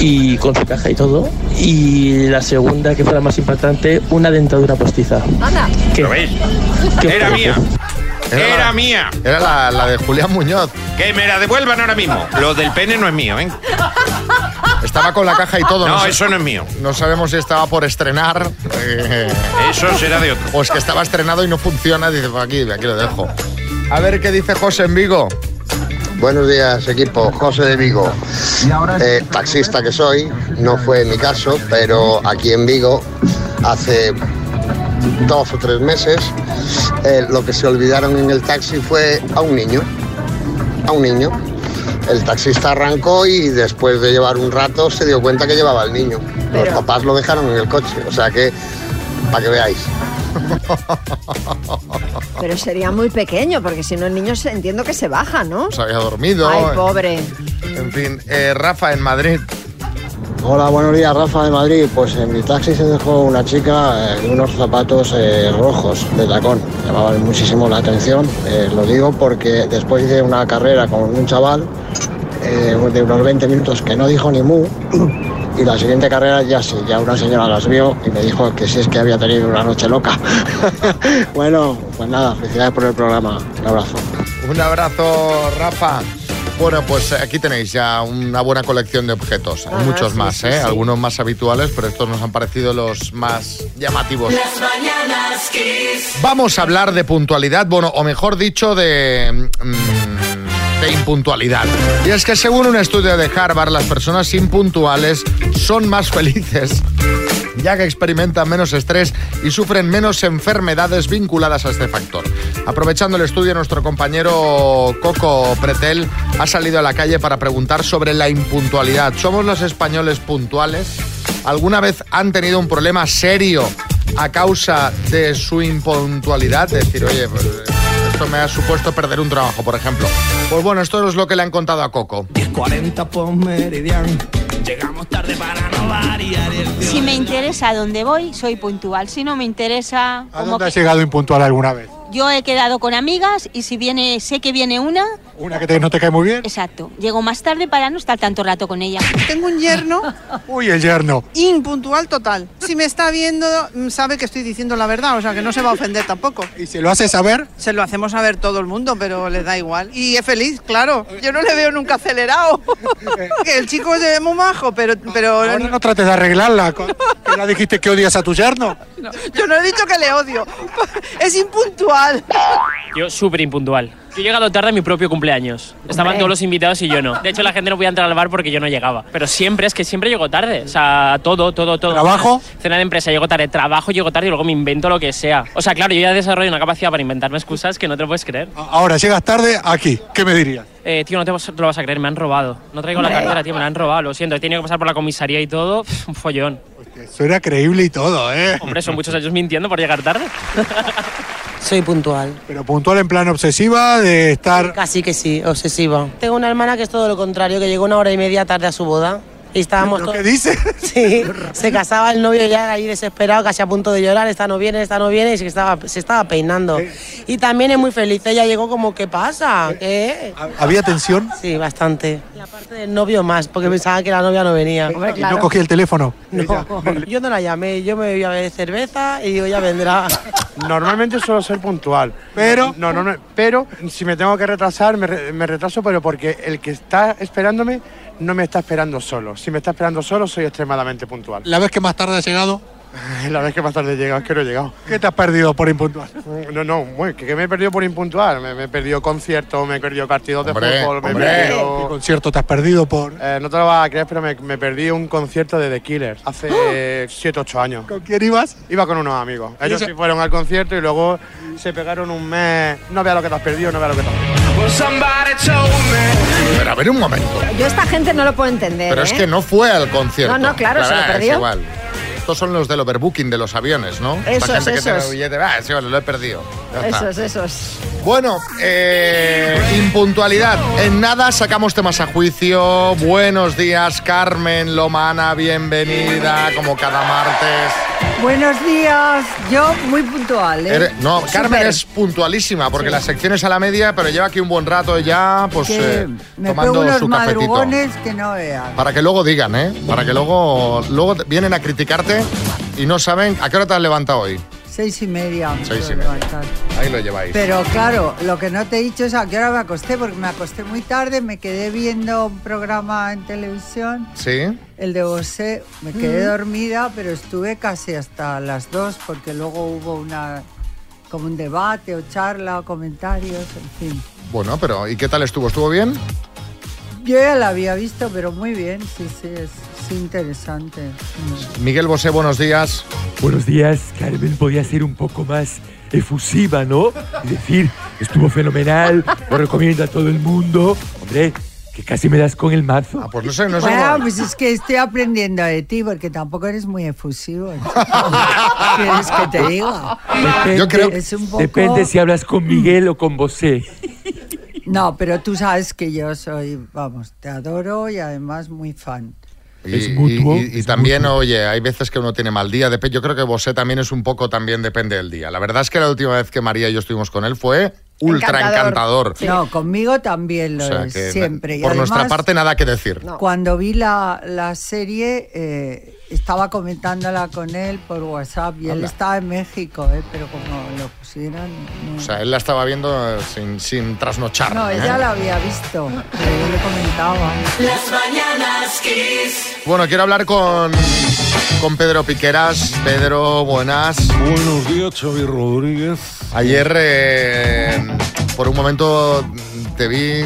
S24: y con su caja y todo. Y la segunda, que fue la más impactante, una dentadura postiza.
S6: Anda.
S9: ¿Lo veis?
S24: ¿Qué
S9: Era
S24: os
S9: mía.
S24: parece?
S9: Era, mía.
S3: Era la, la de Julián Muñoz.
S9: Que me la devuelvan ahora mismo. Lo del pene no es mío, ¿eh?
S3: Estaba con la caja y todo.
S9: No,
S3: sé-
S9: eso no es mío.
S3: No sabemos si estaba por estrenar. eh,
S9: Eso será de otro.
S3: o es que estaba estrenado y no funciona. Dice, pues aquí, aquí lo dejo. A ver qué dice José en Vigo.
S25: Buenos días, equipo. José de Vigo. Eh, taxista que soy, no fue mi caso, pero aquí en Vigo, hace dos o tres meses, eh, lo que se olvidaron en el taxi fue a un niño. A un niño. El taxista arrancó y después de llevar un rato se dio cuenta que llevaba al niño. Los papás lo dejaron en el coche, o sea que, para que veáis.
S6: Pero sería muy pequeño, porque si no el niño se, entiendo que se baja, ¿no?
S3: Se Pues había dormido.
S6: Ay, pobre.
S3: En fin, eh, Rafa en Madrid.
S25: Hola, buenos días, Rafa de Madrid. Pues en mi taxi se dejó una chica en unos zapatos eh, rojos de tacón. Llamaban muchísimo la atención. Eh, lo digo porque después hice una carrera con un chaval eh, de unos 20 minutos que no dijo ni mu. Y la siguiente carrera ya sí, ya una señora las vio y me dijo que si es que había tenido una noche loca. bueno, pues nada, felicidades por el programa. Un abrazo.
S3: Un abrazo, Rafa. Bueno, pues aquí tenéis ya una buena colección de objetos. Hay
S25: Ah,
S3: muchos
S25: sí,
S3: más,
S25: sí,
S3: ¿eh?
S25: sí.
S3: Algunos más habituales, pero estos nos han parecido los más llamativos.
S1: Las mañanas kiss.
S3: Vamos a hablar de puntualidad, bueno, o mejor dicho, de, mm, de impuntualidad. Y es que según un estudio de Harvard, las personas impuntuales son más felices, ya que experimentan menos estrés y sufren menos enfermedades vinculadas a este factor. Aprovechando el estudio, nuestro compañero Coco Pretel ha salido a la calle para preguntar sobre la impuntualidad. ¿Somos los españoles puntuales? ¿Alguna vez han tenido un problema serio a causa de su impuntualidad? Es decir, oye, pues, esto me ha supuesto perder un trabajo, por ejemplo. Pues bueno, esto es lo que le han contado a Coco.
S8: 40 meridian. Llegamos tarde para no variar el
S26: Si me interesa a dónde voy, soy puntual. Si no me interesa,
S27: ¿A
S26: como
S27: dónde has
S26: que-
S27: llegado impuntual alguna vez?
S26: yo he quedado con amigas y si viene, sé que viene una.
S27: ¿Una que te- no te cae muy bien?
S26: Exacto. Llego más tarde para no estar tanto rato con ella.
S28: Tengo un yerno
S27: Uy, el yerno.
S28: impuntual total. Si me está viendo, mm, sabe que estoy diciendo la verdad, o sea que no se va a ofender tampoco. ¿Y
S27: se lo hace saber?
S28: Se lo hacemos saber todo el mundo, pero le da igual. Y es feliz, claro. Yo no le veo nunca acelerado. Que el chico es muy majo, pero, pero
S27: Ahora no trates de arreglarla. con- que la dijiste que odias a tu yerno?
S28: yo no he dicho que le odio. Es impuntual.
S29: Yo súper impuntual.
S30: Yo he llegado tarde a mi propio cumpleaños. Estaban Hombre. todos los invitados y yo no. De hecho, la gente no podía entrar al bar porque yo no llegaba. Pero siempre, es que siempre llego tarde. O sea, todo, todo, todo.
S8: ¿Trabajo?
S30: Cena de empresa, llego tarde. Trabajo, llego tarde y luego me invento lo que sea. O sea, claro, yo ya desarrollo una capacidad para inventarme excusas que no te lo puedes creer.
S8: Ahora, llegas tarde aquí. ¿Qué me dirías?
S30: Eh, tío, no te, vas- te lo vas a creer, me han robado. No traigo la
S8: Hombre.
S30: cartera, tío, me la han robado. Lo siento, he tenido que pasar por la comisaría y todo. Un follón.
S8: Eso era creíble y todo, ¿eh?
S30: Hombre, son muchos años mintiendo por llegar tarde.
S31: Soy puntual.
S8: Pero puntual en plan obsesiva de estar...
S31: Casi que sí, obsesiva. Tengo una hermana que es todo lo contrario, que llegó una hora y media tarde a su boda. Y estábamos todos...
S8: ¿Qué dice?
S31: Sí, se casaba el novio ya ahí desesperado, casi a punto de llorar, esta no viene, esta no viene, y se estaba, se estaba peinando. Y también es muy feliz, ella llegó como, ¿qué pasa? ¿Qué?
S8: ¿Había tensión?
S31: Sí, bastante. Y aparte del novio más, porque pensaba que la novia no venía.
S8: Y no cogí el teléfono.
S31: No, yo no la llamé, yo me bebí a beber cerveza y digo, ya vendrá.
S27: Normalmente suelo ser puntual, pero no, no, no, pero si me tengo que retrasar, me, re- me retraso, pero porque el que está esperándome no me está esperando solo. Si me está esperando solo, soy extremadamente puntual.
S8: ¿La vez que más tarde has llegado?
S27: La vez que más tarde he llegado, es que no he llegado.
S8: ¿Qué te has perdido por impuntual?
S27: No, no, bueno, que, que me he perdido por impuntual. Me, me he perdido conciertos, me he perdido partidos
S8: Hombre,
S27: de fútbol, me he
S8: hombre.
S27: perdido.
S8: ¿Qué concierto te has perdido por...?
S27: Eh, no te lo vas a creer, pero me, me perdí un concierto de The Killers hace 7 8 años. ¿Con
S8: ¡Oh! quién ibas?
S27: Iba con unos amigos.
S8: ¿Y
S27: Ellos
S8: eso-
S27: sí fueron al concierto y luego se pegaron un mes. No veas lo que te has perdido, no veas lo que te has perdido.
S3: Pero a ver un momento.
S6: Yo esta gente no lo puedo entender.
S3: Pero es
S6: ¿eh?
S3: que no fue al concierto.
S6: No, no, claro, se lo
S3: es
S6: perdió.
S3: igual. Estos son los del overbooking de los aviones, ¿no? Esta
S6: Esos,
S3: gente que tiene
S6: esos.
S3: billete, "Ah, sí, vale, lo he perdido. Ya está.
S6: Esos, esos.
S3: Bueno, eh, impuntualidad. En nada sacamos temas a juicio. Buenos días, Carmen Lomana, bienvenida, como cada martes.
S14: Buenos días, yo muy puntual, ¿eh?
S3: Eres- no,
S14: Súper.
S3: Carmen es puntualísima porque
S14: Sí.
S3: la sección es a la media, pero lleva aquí un buen rato ya, pues
S14: Que
S3: eh,
S14: me pego
S3: tomando
S14: unos
S3: su cafetito.
S14: madrugones que no veas.
S3: Para que luego digan, ¿eh? Para que luego, luego te- vienen a criticarte y no saben a qué hora te has levantado hoy.
S14: Seis y media. me
S3: Seis y
S14: suelo
S3: media.
S14: levantar.
S3: Ahí lo lleváis.
S14: Pero claro, lo que no te he dicho es a qué hora me acosté, porque me acosté muy tarde, me quedé viendo un programa en televisión,
S3: ¿Sí?
S14: el de Bosé, me quedé
S3: Mm.
S14: dormida, pero estuve casi hasta las dos, porque luego hubo una como un debate o charla o comentarios, en fin.
S3: Bueno, pero ¿y qué tal estuvo? ¿Estuvo bien?
S14: Yo ya la había visto, pero muy bien, sí, sí, es, es interesante. Mm.
S3: Miguel Bosé, buenos días.
S15: Buenos días, Carmen. Podía ser un poco más efusiva, ¿no? Y decir, estuvo fenomenal, lo recomiendo a todo el mundo. Hombre, que casi me das con el mazo.
S3: Ah, pues no sé,
S14: Bueno, pues es que estoy aprendiendo de ti porque tampoco eres muy efusivo.
S1: Ah,
S14: ¿Qué ¿Quieres que te diga?
S15: Yo creo
S14: es un poco...
S15: Depende si hablas con Miguel o con Bosé.
S14: No, pero tú sabes que yo soy, vamos, te adoro y además muy fan.
S3: Y, y- y- y también, oye, hay veces que uno tiene mal día. Dep- Yo creo que Bosé también es un poco, también depende del día. La verdad es que la última vez que María y yo estuvimos con él fue ultra encantador.
S14: No, conmigo también lo
S3: O sea
S14: es,
S3: que,
S14: siempre. Y
S3: Por nuestra
S14: además,
S3: parte, nada que decir.
S14: Cuando vi la, la serie, eh, estaba comentándola con él por WhatsApp y él
S3: Anda.
S14: estaba en México, eh, pero como lo pusieran... no.
S3: O sea, él la estaba viendo eh, sin, sin trasnochar.
S14: No,
S3: ¿eh?
S14: ella la había visto, pero yo le comentaba.
S32: Las mañanas kiss.
S3: Bueno, quiero hablar con, con Pedro Piqueras. Pedro, buenas.
S16: Buenos días, Xavi Rodríguez.
S3: Ayer, eh, por un momento, te vi,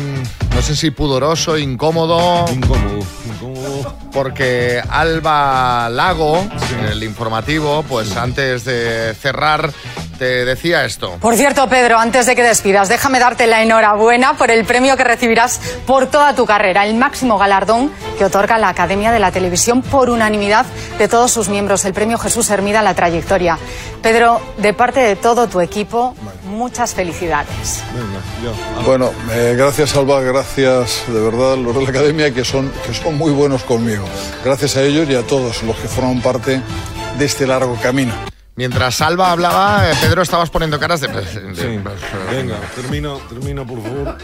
S3: no sé si pudoroso, incómodo.
S16: Incómodo, incómodo.
S3: Porque Alba Lago, en el informativo, pues antes de cerrar, te decía esto.
S13: Por cierto, Pedro, antes de que despidas, déjame darte la enhorabuena por el premio que recibirás por toda tu carrera, el máximo galardón que otorga la Academia de la Televisión por unanimidad de todos sus miembros, el premio Jesús Hermida a la trayectoria. Pedro, de parte de todo tu equipo, muchas felicidades.
S18: Bueno, eh, gracias Alba, gracias de verdad los de la academia que son, que son muy buenos conmigo. Gracias a ellos y a todos los que forman parte de este largo camino.
S3: Mientras Alba hablaba, eh, Pedro, estabas poniendo caras de...
S16: Venga, termina, termina, por favor.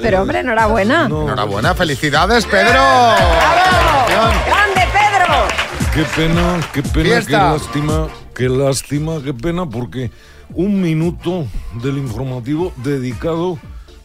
S6: Pero hombre, enhorabuena.
S3: Enhorabuena,
S16: pues,
S3: felicidades, Pedro.
S16: ¡Eh!
S6: ¡Grande, Pedro!
S16: Qué pena, qué pena, qué
S3: Fiesta.
S16: lástima, qué lástima, qué pena, porque un minuto del informativo dedicado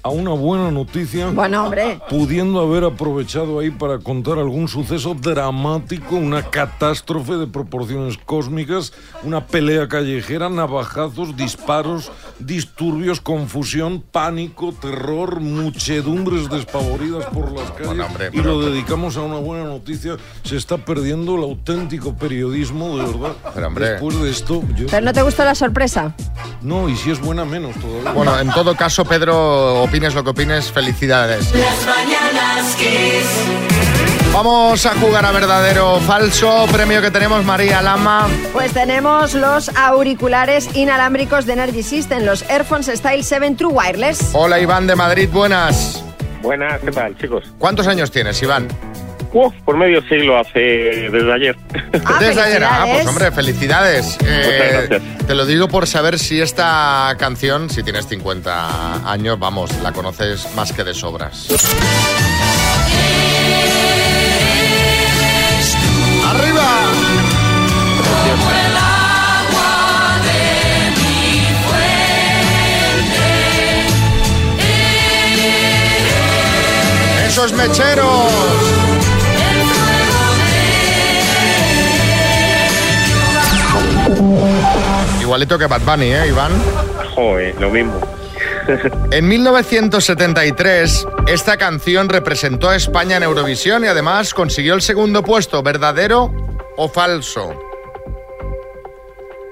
S16: a una buena noticia.
S6: Bueno, hombre.
S16: Pudiendo haber aprovechado ahí para contar algún suceso dramático, una catástrofe de proporciones cósmicas, una pelea callejera, navajazos, disparos, disturbios, confusión, pánico, terror, muchedumbres despavoridas por las calles. y lo dedicamos a una buena noticia. Se está perdiendo el auténtico periodismo, de verdad. Después de esto, yo.
S6: Pero no te gustó la sorpresa.
S16: No, y si es buena, menos todavía.
S3: Bueno, en todo caso, Pedro, opines lo que opines, felicidades.
S1: Las mañanas Kiss.
S3: Vamos a jugar a verdadero o falso. Premio que tenemos María Lama.
S6: Pues tenemos los auriculares inalámbricos de Energy System, los Airphones Style 7 True Wireless.
S3: Hola Iván de Madrid, buenas.
S7: Buenas, ¿qué tal, chicos?
S3: ¿Cuántos años tienes, Iván?
S7: Uf, por medio siglo hace desde ayer.
S3: Desde ayer. Ah, pues hombre, felicidades. Eh,
S7: Muchas
S3: te lo digo por saber si esta canción, si tienes 50 años, vamos, la conoces más que de sobras. ¡Arriba!
S1: Como el agua de mi fuente. Eres
S3: ¡Esos mecheros! Igualito que Bad Bunny, ¿eh, Iván?
S7: Joder, lo mismo.
S3: En 1973, esta canción representó a España en Eurovisión y además consiguió el segundo puesto, ¿verdadero o falso?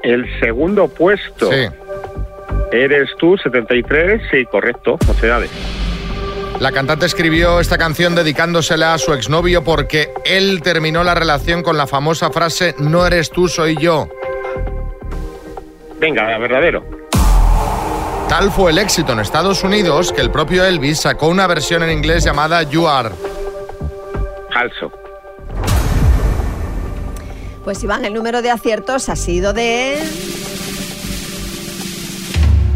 S7: El segundo puesto.
S3: Sí.
S7: Eres tú, 73, sí, correcto, Mocedades.
S3: La cantante escribió esta canción dedicándosela a su exnovio porque él terminó la relación con la famosa frase No eres tú, soy yo.
S7: Venga, verdadero.
S3: Tal fue el éxito en Estados Unidos que el propio Elvis sacó una versión en inglés llamada You Are.
S7: Falso.
S6: Pues Iván, el número de aciertos ha sido de...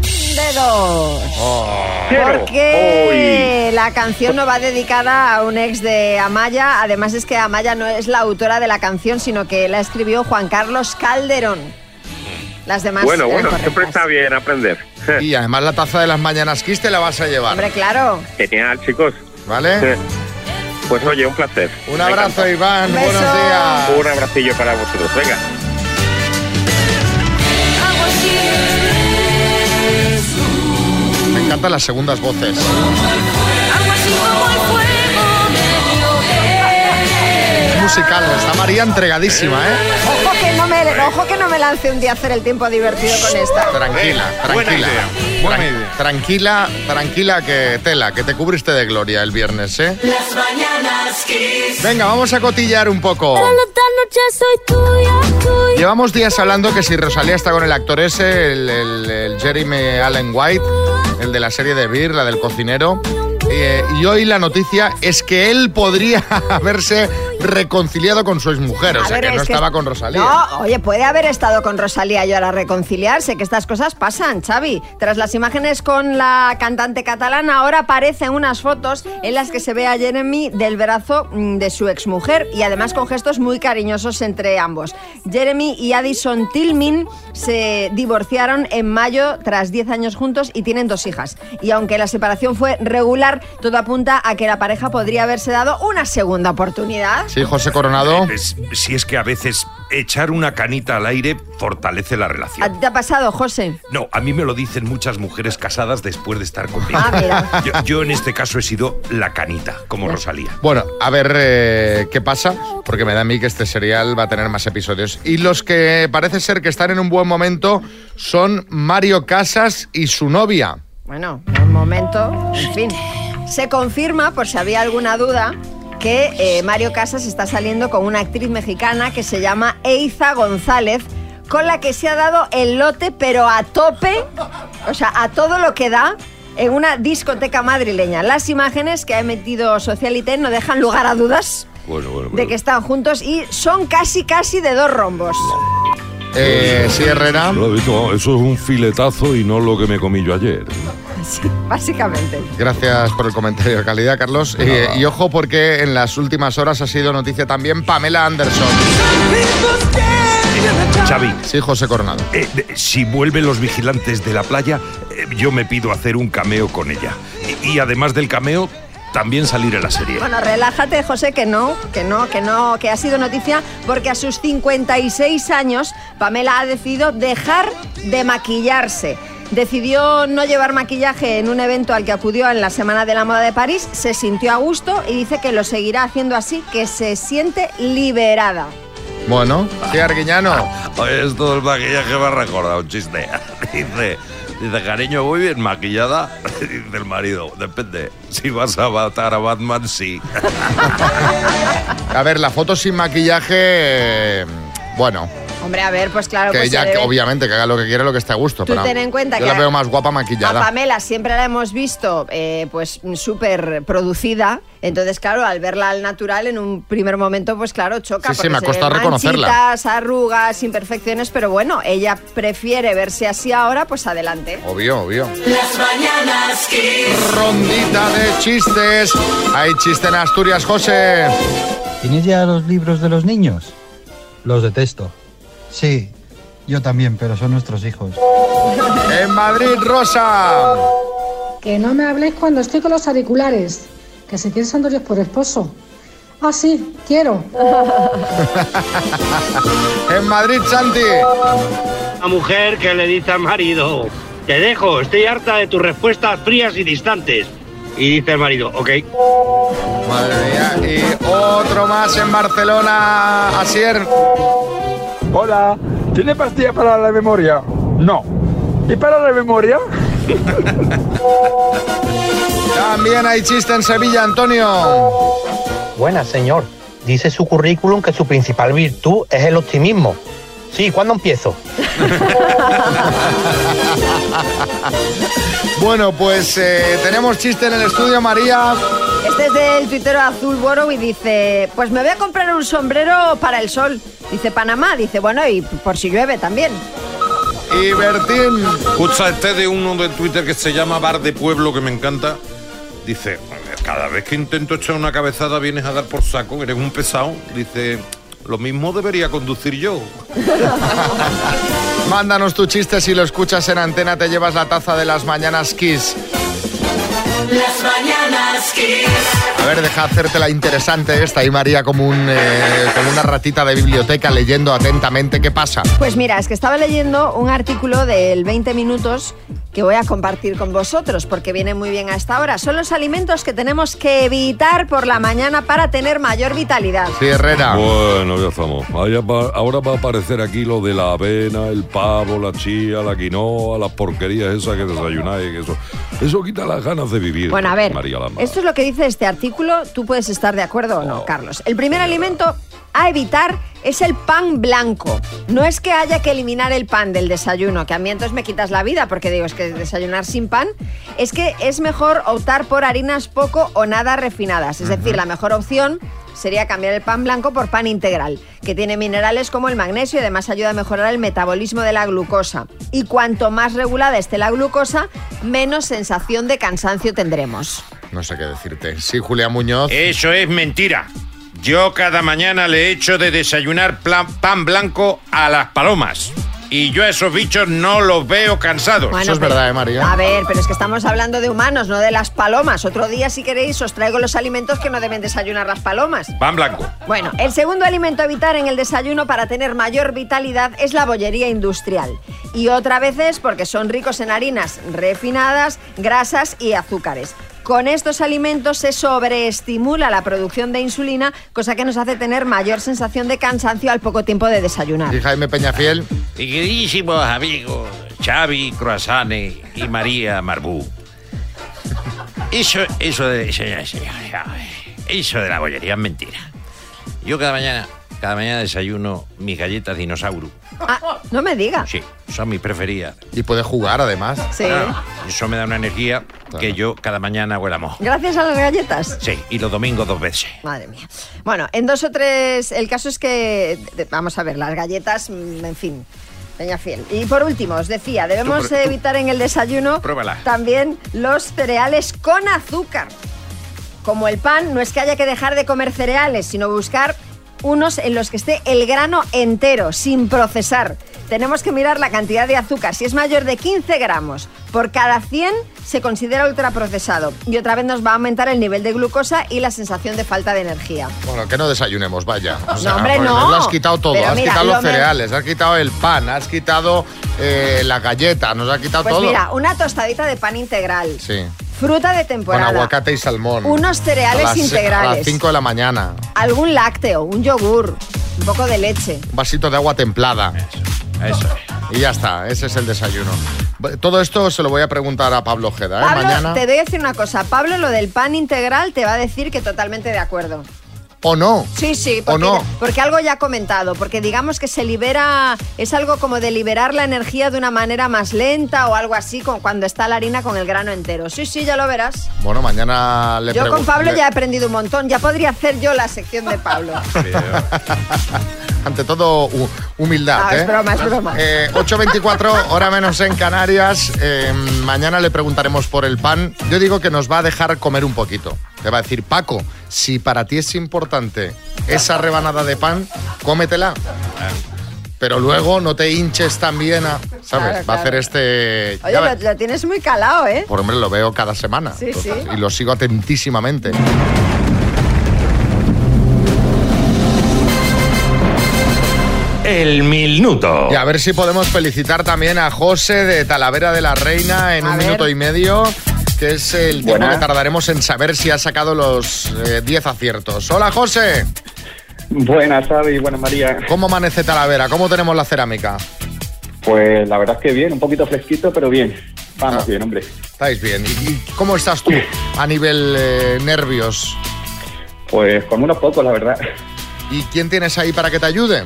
S6: De dos.
S1: Oh.
S7: Cero.
S6: Porque la canción no va dedicada a un ex de Amaya. Además es que Amaya no es la autora de la canción, sino que la escribió Juan Carlos Calderón. Las demás... eh,
S7: bueno,
S6: eran
S7: bueno,
S6: correctas.
S7: siempre está bien aprender.
S3: Y además la taza de las mañanas Kiss te la vas a llevar.
S6: Hombre, claro.
S7: Genial, chicos.
S3: ¿Vale?
S7: Pues oye, un placer.
S3: Un
S7: Me
S3: abrazo,
S7: encanta.
S3: Iván.
S6: Un beso.
S3: Buenos días.
S7: Un abracillo para vosotros. Venga.
S3: Me encantan las segundas voces.
S1: Algo así como el fuego de mi hoguera.
S3: Musical, está María entregadísima, ¿eh?
S6: Ojo que, no me, ojo que no me lance un día a hacer el tiempo divertido con esta.
S3: Tranquila,
S9: Eh, buena
S3: tranquila.
S9: idea,
S3: Tran-
S9: buena idea.
S3: Tranquila, tranquila que tela, que te cubriste de gloria el viernes, ¿eh?
S1: Las mañanas Kiss.
S3: Venga, vamos a cotillar un poco. Llevamos días hablando que si Rosalía está con el actor ese, el, el- el Jeremy Allen White, el de la serie de Beer, la del cocinero. eh, y hoy la noticia es que él podría haberse reconciliado con su exmujer, o
S6: A
S3: sea
S6: ver,
S3: que no
S6: es que-
S3: estaba con Rosalía.
S6: No, oye, puede haber estado con Rosalía y ahora reconciliarse, que estas cosas pasan, Xavi. Tras las imágenes con la cantante catalana, ahora aparecen unas fotos en las que se ve a Jeremy del brazo mm, de su exmujer y además con gestos muy cariñosos entre ambos. Jeremy y Addison Tillman se divorciaron en mayo tras 10 años juntos y tienen dos hijas. Y aunque la separación fue regular, todo apunta a que la pareja podría haberse dado una segunda oportunidad.
S3: Sí, José Coronado.
S5: Eh, Es- si es que a veces echar una canita al aire fortalece la relación.
S6: ¿A ti te ha pasado, José?
S5: No, a mí me lo dicen muchas mujeres casadas después de estar conmigo.
S6: Ah, mira.
S5: Yo, yo en este caso he sido la canita, como Rosalía.
S3: Bueno, a ver eh, qué pasa, porque me da a mí que este serial va a tener más episodios. Y los que parece ser que están en un buen momento son Mario Casas y su novia.
S6: Bueno, un momento, en fin. Se confirma, por si había alguna duda, que eh, Mario Casas está saliendo con una actriz mexicana que se llama Eiza González, con la que se ha dado el lote, pero a tope, o sea, a todo lo que da, en una discoteca madrileña. Las imágenes que ha emitido Socialité no dejan lugar a dudas
S5: Bueno, bueno,
S6: de que están juntos y son casi, casi de dos rombos.
S3: Eh, sí, Herrera.
S16: Lo he visto, eso es un filetazo y no lo que me comí yo ayer.
S6: Sí, básicamente.
S3: Gracias por el comentario de calidad, Carlos. Eh, y ojo porque en las últimas horas ha sido noticia también Pamela Anderson.
S5: Xavi,
S3: Sí, José Coronado.
S5: eh, de- si vuelven los vigilantes de la playa, eh, yo me pido hacer un cameo con ella. y, y además del cameo, también salir en la serie.
S6: Bueno, relájate, José, que no, que no, que no, que ha sido noticia, porque a sus 56 años, Pamela ha decidido dejar de maquillarse. Decidió no llevar maquillaje en un evento al que acudió en la Semana de la Moda de París, se sintió a gusto y dice que lo seguirá haciendo así, que se siente liberada.
S3: Bueno, sí, Arguiñano.
S9: Oye, esto del maquillaje me ha recordado un chiste. Dice, dice, cariño, muy bien maquillada. Dice el marido, depende. Si vas a matar a Batman, sí.
S3: A ver, la foto sin maquillaje. eh, Bueno,
S6: Hombre, a ver, pues claro
S3: que
S6: pues se
S3: ya
S6: debe-
S3: obviamente que haga lo que quiera, lo que esté a gusto.
S6: Tú
S3: pero
S6: ten en cuenta
S3: yo
S6: que
S3: la
S6: a-
S3: veo más guapa
S6: A
S3: maquillada.
S6: Pamela siempre la hemos visto eh, pues súper producida. Entonces, claro, al verla al natural en un primer momento, pues claro, choca.
S3: Sí, sí,
S6: porque
S3: me ha
S6: se
S3: costado
S6: ven
S3: reconocerla.
S6: manchitas, arrugas, imperfecciones, pero bueno, ella prefiere verse así ahora, pues adelante.
S3: Obvio, obvio.
S1: Las mañanas Kiss.
S3: Rondita de chistes. Hay chiste en Asturias, José.
S4: ¿Tienes ya los libros de los niños? Los detesto. Sí, yo también, pero son nuestros hijos.
S3: En Madrid, Rosa.
S17: Que no me hables cuando estoy con los auriculares. Que si quieres Andrés por esposo. Ah, sí, quiero.
S3: En Madrid, Santi.
S19: La mujer que le dice al marido, te dejo, estoy harta de tus respuestas frías y distantes. Y dice el marido, ok.
S3: Madre mía. Y otro más en Barcelona, Asier.
S20: Hola, ¿tiene pastilla para la memoria? No. ¿Y para la memoria?
S3: También hay chiste en Sevilla, Antonio.
S21: Buenas, señor. Dice su currículum que su principal virtud es el optimismo. Sí, ¿cuándo empiezo?
S3: Bueno, pues eh, tenemos chiste en el estudio, María.
S6: Este es del tuitero Azul Borow y dice, pues me voy a comprar un sombrero para el sol. Dice Panamá, dice, bueno, y por si llueve también.
S3: Y Bertín.
S9: Escucha este de uno de Twitter que se llama Bar de Pueblo, que me encanta. Dice, cada vez que intento echar una cabezada vienes a dar por saco, eres un pesado. Dice, lo mismo debería conducir yo.
S3: Mándanos tu chiste si lo escuchas en antena, te llevas la taza de las mañanas Kiss.
S1: Las mañanas Kiss.
S3: A ver, deja hacerte la interesante esta y María como, un, eh, como una ratita de biblioteca leyendo atentamente qué pasa.
S6: Pues mira, es que estaba leyendo un artículo del 20 minutos que voy a compartir con vosotros porque viene muy bien a esta hora. Son los alimentos que tenemos que evitar por la mañana para tener mayor vitalidad.
S3: Sí, Herrera.
S16: Bueno, ya estamos. Ahora va- Ahora va a aparecer aquí lo de la avena, el pavo, la chía, la quinoa, las porquerías esas que desayunáis. que Eso, eso quita las ganas de vivir.
S6: Bueno, a ver,
S16: María Lama.
S6: esto es lo que dice este artículo. Tú puedes estar de acuerdo o no, Carlos. El primer alimento a evitar es el pan blanco. No es que haya que eliminar el pan del desayuno, que a mí entonces me quitas la vida, porque digo, es que desayunar sin pan, es que es mejor optar por harinas poco o nada refinadas. Es decir, la mejor opción sería cambiar el pan blanco por pan integral, que tiene minerales como el magnesio y además ayuda a mejorar el metabolismo de la glucosa. Y cuanto más regulada esté la glucosa, menos sensación de cansancio tendremos.
S3: No sé qué decirte. Sí, Julia Muñoz.
S9: Eso es mentira. Yo cada mañana le echo de desayunar plan- pan blanco a las palomas. Y yo a esos bichos no los veo cansados.
S6: Bueno, pero-
S3: ¿eh,
S6: A ver, pero es que estamos hablando de humanos, no de las palomas. Otro día, si queréis, os traigo los alimentos que no deben desayunar las palomas.
S9: Pan blanco.
S6: Bueno, el segundo alimento a evitar en el desayuno para tener mayor vitalidad es la bollería industrial. Y otra vez es porque son ricos en harinas refinadas, grasas y azúcares. Con estos alimentos se sobreestimula la producción de insulina, cosa que nos hace tener mayor sensación de cansancio al poco tiempo de desayunar.
S3: Y Jaime Peñafiel.
S9: Y queridísimos amigos, Xavi Croasane y María Marbú. Eso, eso de señora, señora, eso de la bollería es mentira. Yo cada mañana, cada mañana desayuno mis galletas dinosaurio.
S6: Ah, no me digas.
S9: Sí, son mis preferidas.
S3: Y puedes jugar además.
S6: Sí.
S9: Eso me da una energía que yo cada mañana hago el amor.
S6: Gracias a las galletas.
S9: Sí, y los domingos dos veces.
S6: Madre mía. Bueno, en dos o tres. El caso es que. de- Vamos a ver, las galletas, mm, en fin. Peña fiel. Y por último, os decía, debemos
S9: Tú, pero tú-
S6: evitar en el desayuno
S9: Pruébala.
S6: también los cereales con azúcar. Como el pan, no es que haya que dejar de comer cereales, sino buscar unos en los que esté el grano entero, sin procesar. Tenemos que mirar la cantidad de azúcar. Si es mayor de 15 gramos por cada 100, se considera ultraprocesado y otra vez nos va a aumentar el nivel de glucosa y la sensación de falta de energía.
S3: Bueno, que no desayunemos, vaya. O sea,
S6: hombre,
S3: porque
S6: no.
S3: nos lo has quitado todo.
S6: Pero
S3: has
S6: mira,
S3: quitado
S6: lo
S3: los
S6: men-
S3: cereales, has quitado el pan, has quitado eh, la galleta, nos has quitado
S6: Pues
S3: todo.
S6: mira, una tostadita de pan integral,
S3: sí.
S6: fruta de
S3: Con
S6: temporada,
S3: aguacate y salmón.
S6: unos cereales
S3: A las- A las
S6: integrales.
S3: 5 de la mañana.
S6: algún lácteo, un yogur, un poco de leche.
S3: Un vasito de agua templada.
S9: Eso.
S3: Y ya está, ese es el desayuno. B- Todo esto se lo voy a preguntar a Pablo Ojeda, ¿eh?
S6: Pablo,
S3: Mañana.
S6: te doy a decir una cosa. Pablo, lo del pan integral te va a decir que totalmente de acuerdo.
S3: ¿O no?
S6: Sí, sí,
S3: ¿O
S6: porque,
S3: no?
S6: porque algo ya ha comentado, porque digamos que se libera, es algo como de liberar la energía de una manera más lenta o algo así, con, cuando está la harina con el grano entero. Sí, sí, ya lo verás.
S3: Bueno, mañana le
S6: yo con
S3: pregun-
S6: Pablo
S3: le-
S6: ya he aprendido un montón, ya podría hacer yo la sección de Pablo.
S3: Ante todo, hu- humildad.
S6: Ah, es
S3: ¿eh?
S6: broma, es broma.
S3: Eh, 8.24, hora menos en Canarias. Eh, mañana le preguntaremos por el pan. Yo digo que nos va a dejar comer un poquito. Te va a decir, Paco, si para ti es importante esa rebanada de pan, cómetela. Pero luego no te hinches también a... ¿Sabes?
S6: Claro,
S3: Va a hacer
S6: claro.
S3: este...
S6: Oye,
S3: ya
S6: lo,
S3: ves.
S6: lo tienes muy calado, ¿eh?
S3: Por hombre, lo veo cada semana.
S6: Sí, sí.
S3: Y lo sigo atentísimamente. El minuto. Y a ver si podemos felicitar también a José de Talavera de la Reina en
S24: A
S3: un
S24: ver.
S3: minuto y medio, que es el tiempo
S24: Buenas.
S3: que tardaremos en saber si ha sacado los eh, 10 aciertos. Hola José.
S24: Buenas, Xavi, buenas, María.
S3: ¿Cómo amanece Talavera? ¿Cómo tenemos la cerámica?
S24: Pues la verdad es que bien, un poquito fresquito, pero bien. Vamos
S3: Ah.
S24: bien, hombre.
S3: Estáis bien. ¿Y, y cómo estás tú a nivel eh, nervios?
S24: Pues con unos pocos, la verdad.
S3: ¿Y quién tienes ahí para que te ayude?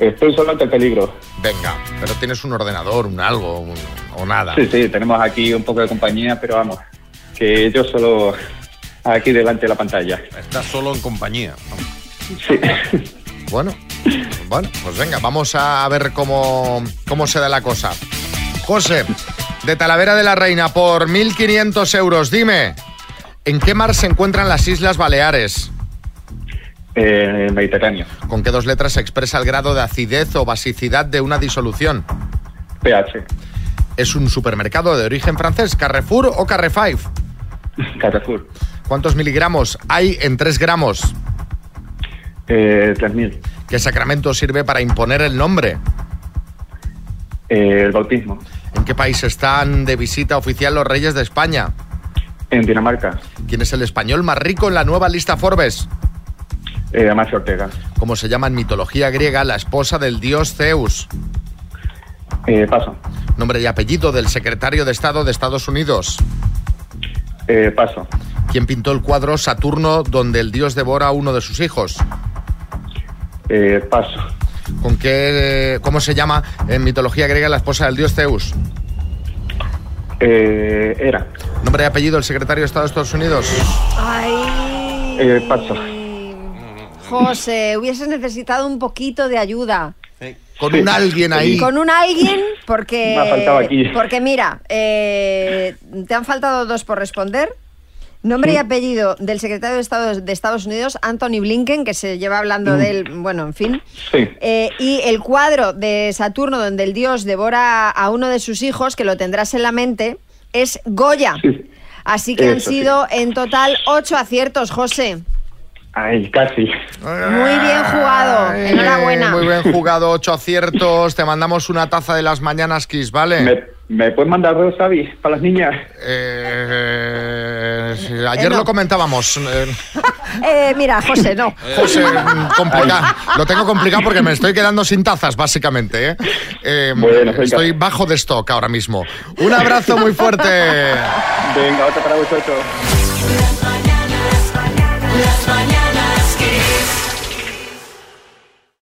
S24: Estoy solo ante el peligro.
S3: Venga, pero tienes un ordenador, un algo, un- o nada.
S24: Sí, sí, tenemos aquí un poco de compañía, pero vamos, que yo solo aquí delante de la pantalla.
S9: Estás solo en compañía.
S3: Bueno, bueno, pues venga, vamos a ver cómo, cómo se da la cosa. José, de Talavera de la Reina, por 1.500 euros, dime, ¿en qué mar se encuentran las Islas Baleares?
S24: En el Mediterráneo.
S3: ¿Con qué dos letras se expresa el grado de acidez o basicidad de una disolución?
S24: PH.
S3: ¿Es un supermercado de origen francés, Carrefour o Carrefive?
S24: Carrefour.
S3: ¿Cuántos miligramos hay en 3 gramos?
S24: Eh, 3.000.
S3: ¿Qué sacramento sirve para imponer el nombre?
S24: Eh, el bautismo.
S3: ¿En qué país están de visita oficial los reyes de España?
S24: En Dinamarca.
S3: ¿Quién es el español más rico en la nueva lista Forbes?
S24: Eh, Amancio Ortega.
S3: Como se llama en mitología griega la esposa del dios Zeus?
S24: Eh, paso.
S3: Nombre y apellido del secretario de Estado de Estados Unidos.
S24: Eh, paso.
S3: ¿Quién pintó el cuadro Saturno donde el dios devora a uno de sus hijos?
S24: Eh, paso.
S3: ¿Con qué, eh, cómo se llama en mitología griega la esposa del dios Zeus?
S24: Eh, era.
S3: Nombre y apellido del secretario de Estado de Estados Unidos.
S6: Ay,
S24: Eh, paso.
S6: José, hubieses necesitado un poquito de ayuda.
S3: Con un alguien ahí.
S6: Con un alguien, porque.
S3: Me ha faltado aquí.
S6: Porque mira, eh, te han faltado dos por responder. Nombre y apellido del secretario de Estado de Estados Unidos, Anthony Blinken, que se lleva hablando
S24: Mm.
S6: de él, bueno, en fin.
S24: Sí.
S6: Eh, y el cuadro de Saturno, donde el dios devora a uno de sus hijos, que lo tendrás en la mente, es Goya. Así que han
S24: Eso sí.
S6: sido en total ocho aciertos, José.
S24: Ay, casi.
S6: Muy bien jugado.
S3: Eh,
S6: Enhorabuena.
S3: Muy bien jugado, ocho aciertos. Te mandamos una taza de las mañanas, Kiss, ¿vale?
S24: ¿Me, me puedes mandar dos, Xavi, para las niñas?
S3: Eh, sí, ayer
S24: Eh, no.
S3: lo comentábamos. eh,
S6: Eh, mira, José, no.
S3: José, mm, complicado. Lo tengo complicado porque me estoy quedando sin tazas, básicamente. ¿eh? Eh, estoy bajo de stock ahora mismo. Un abrazo muy fuerte.
S24: Venga, otra para vosotros.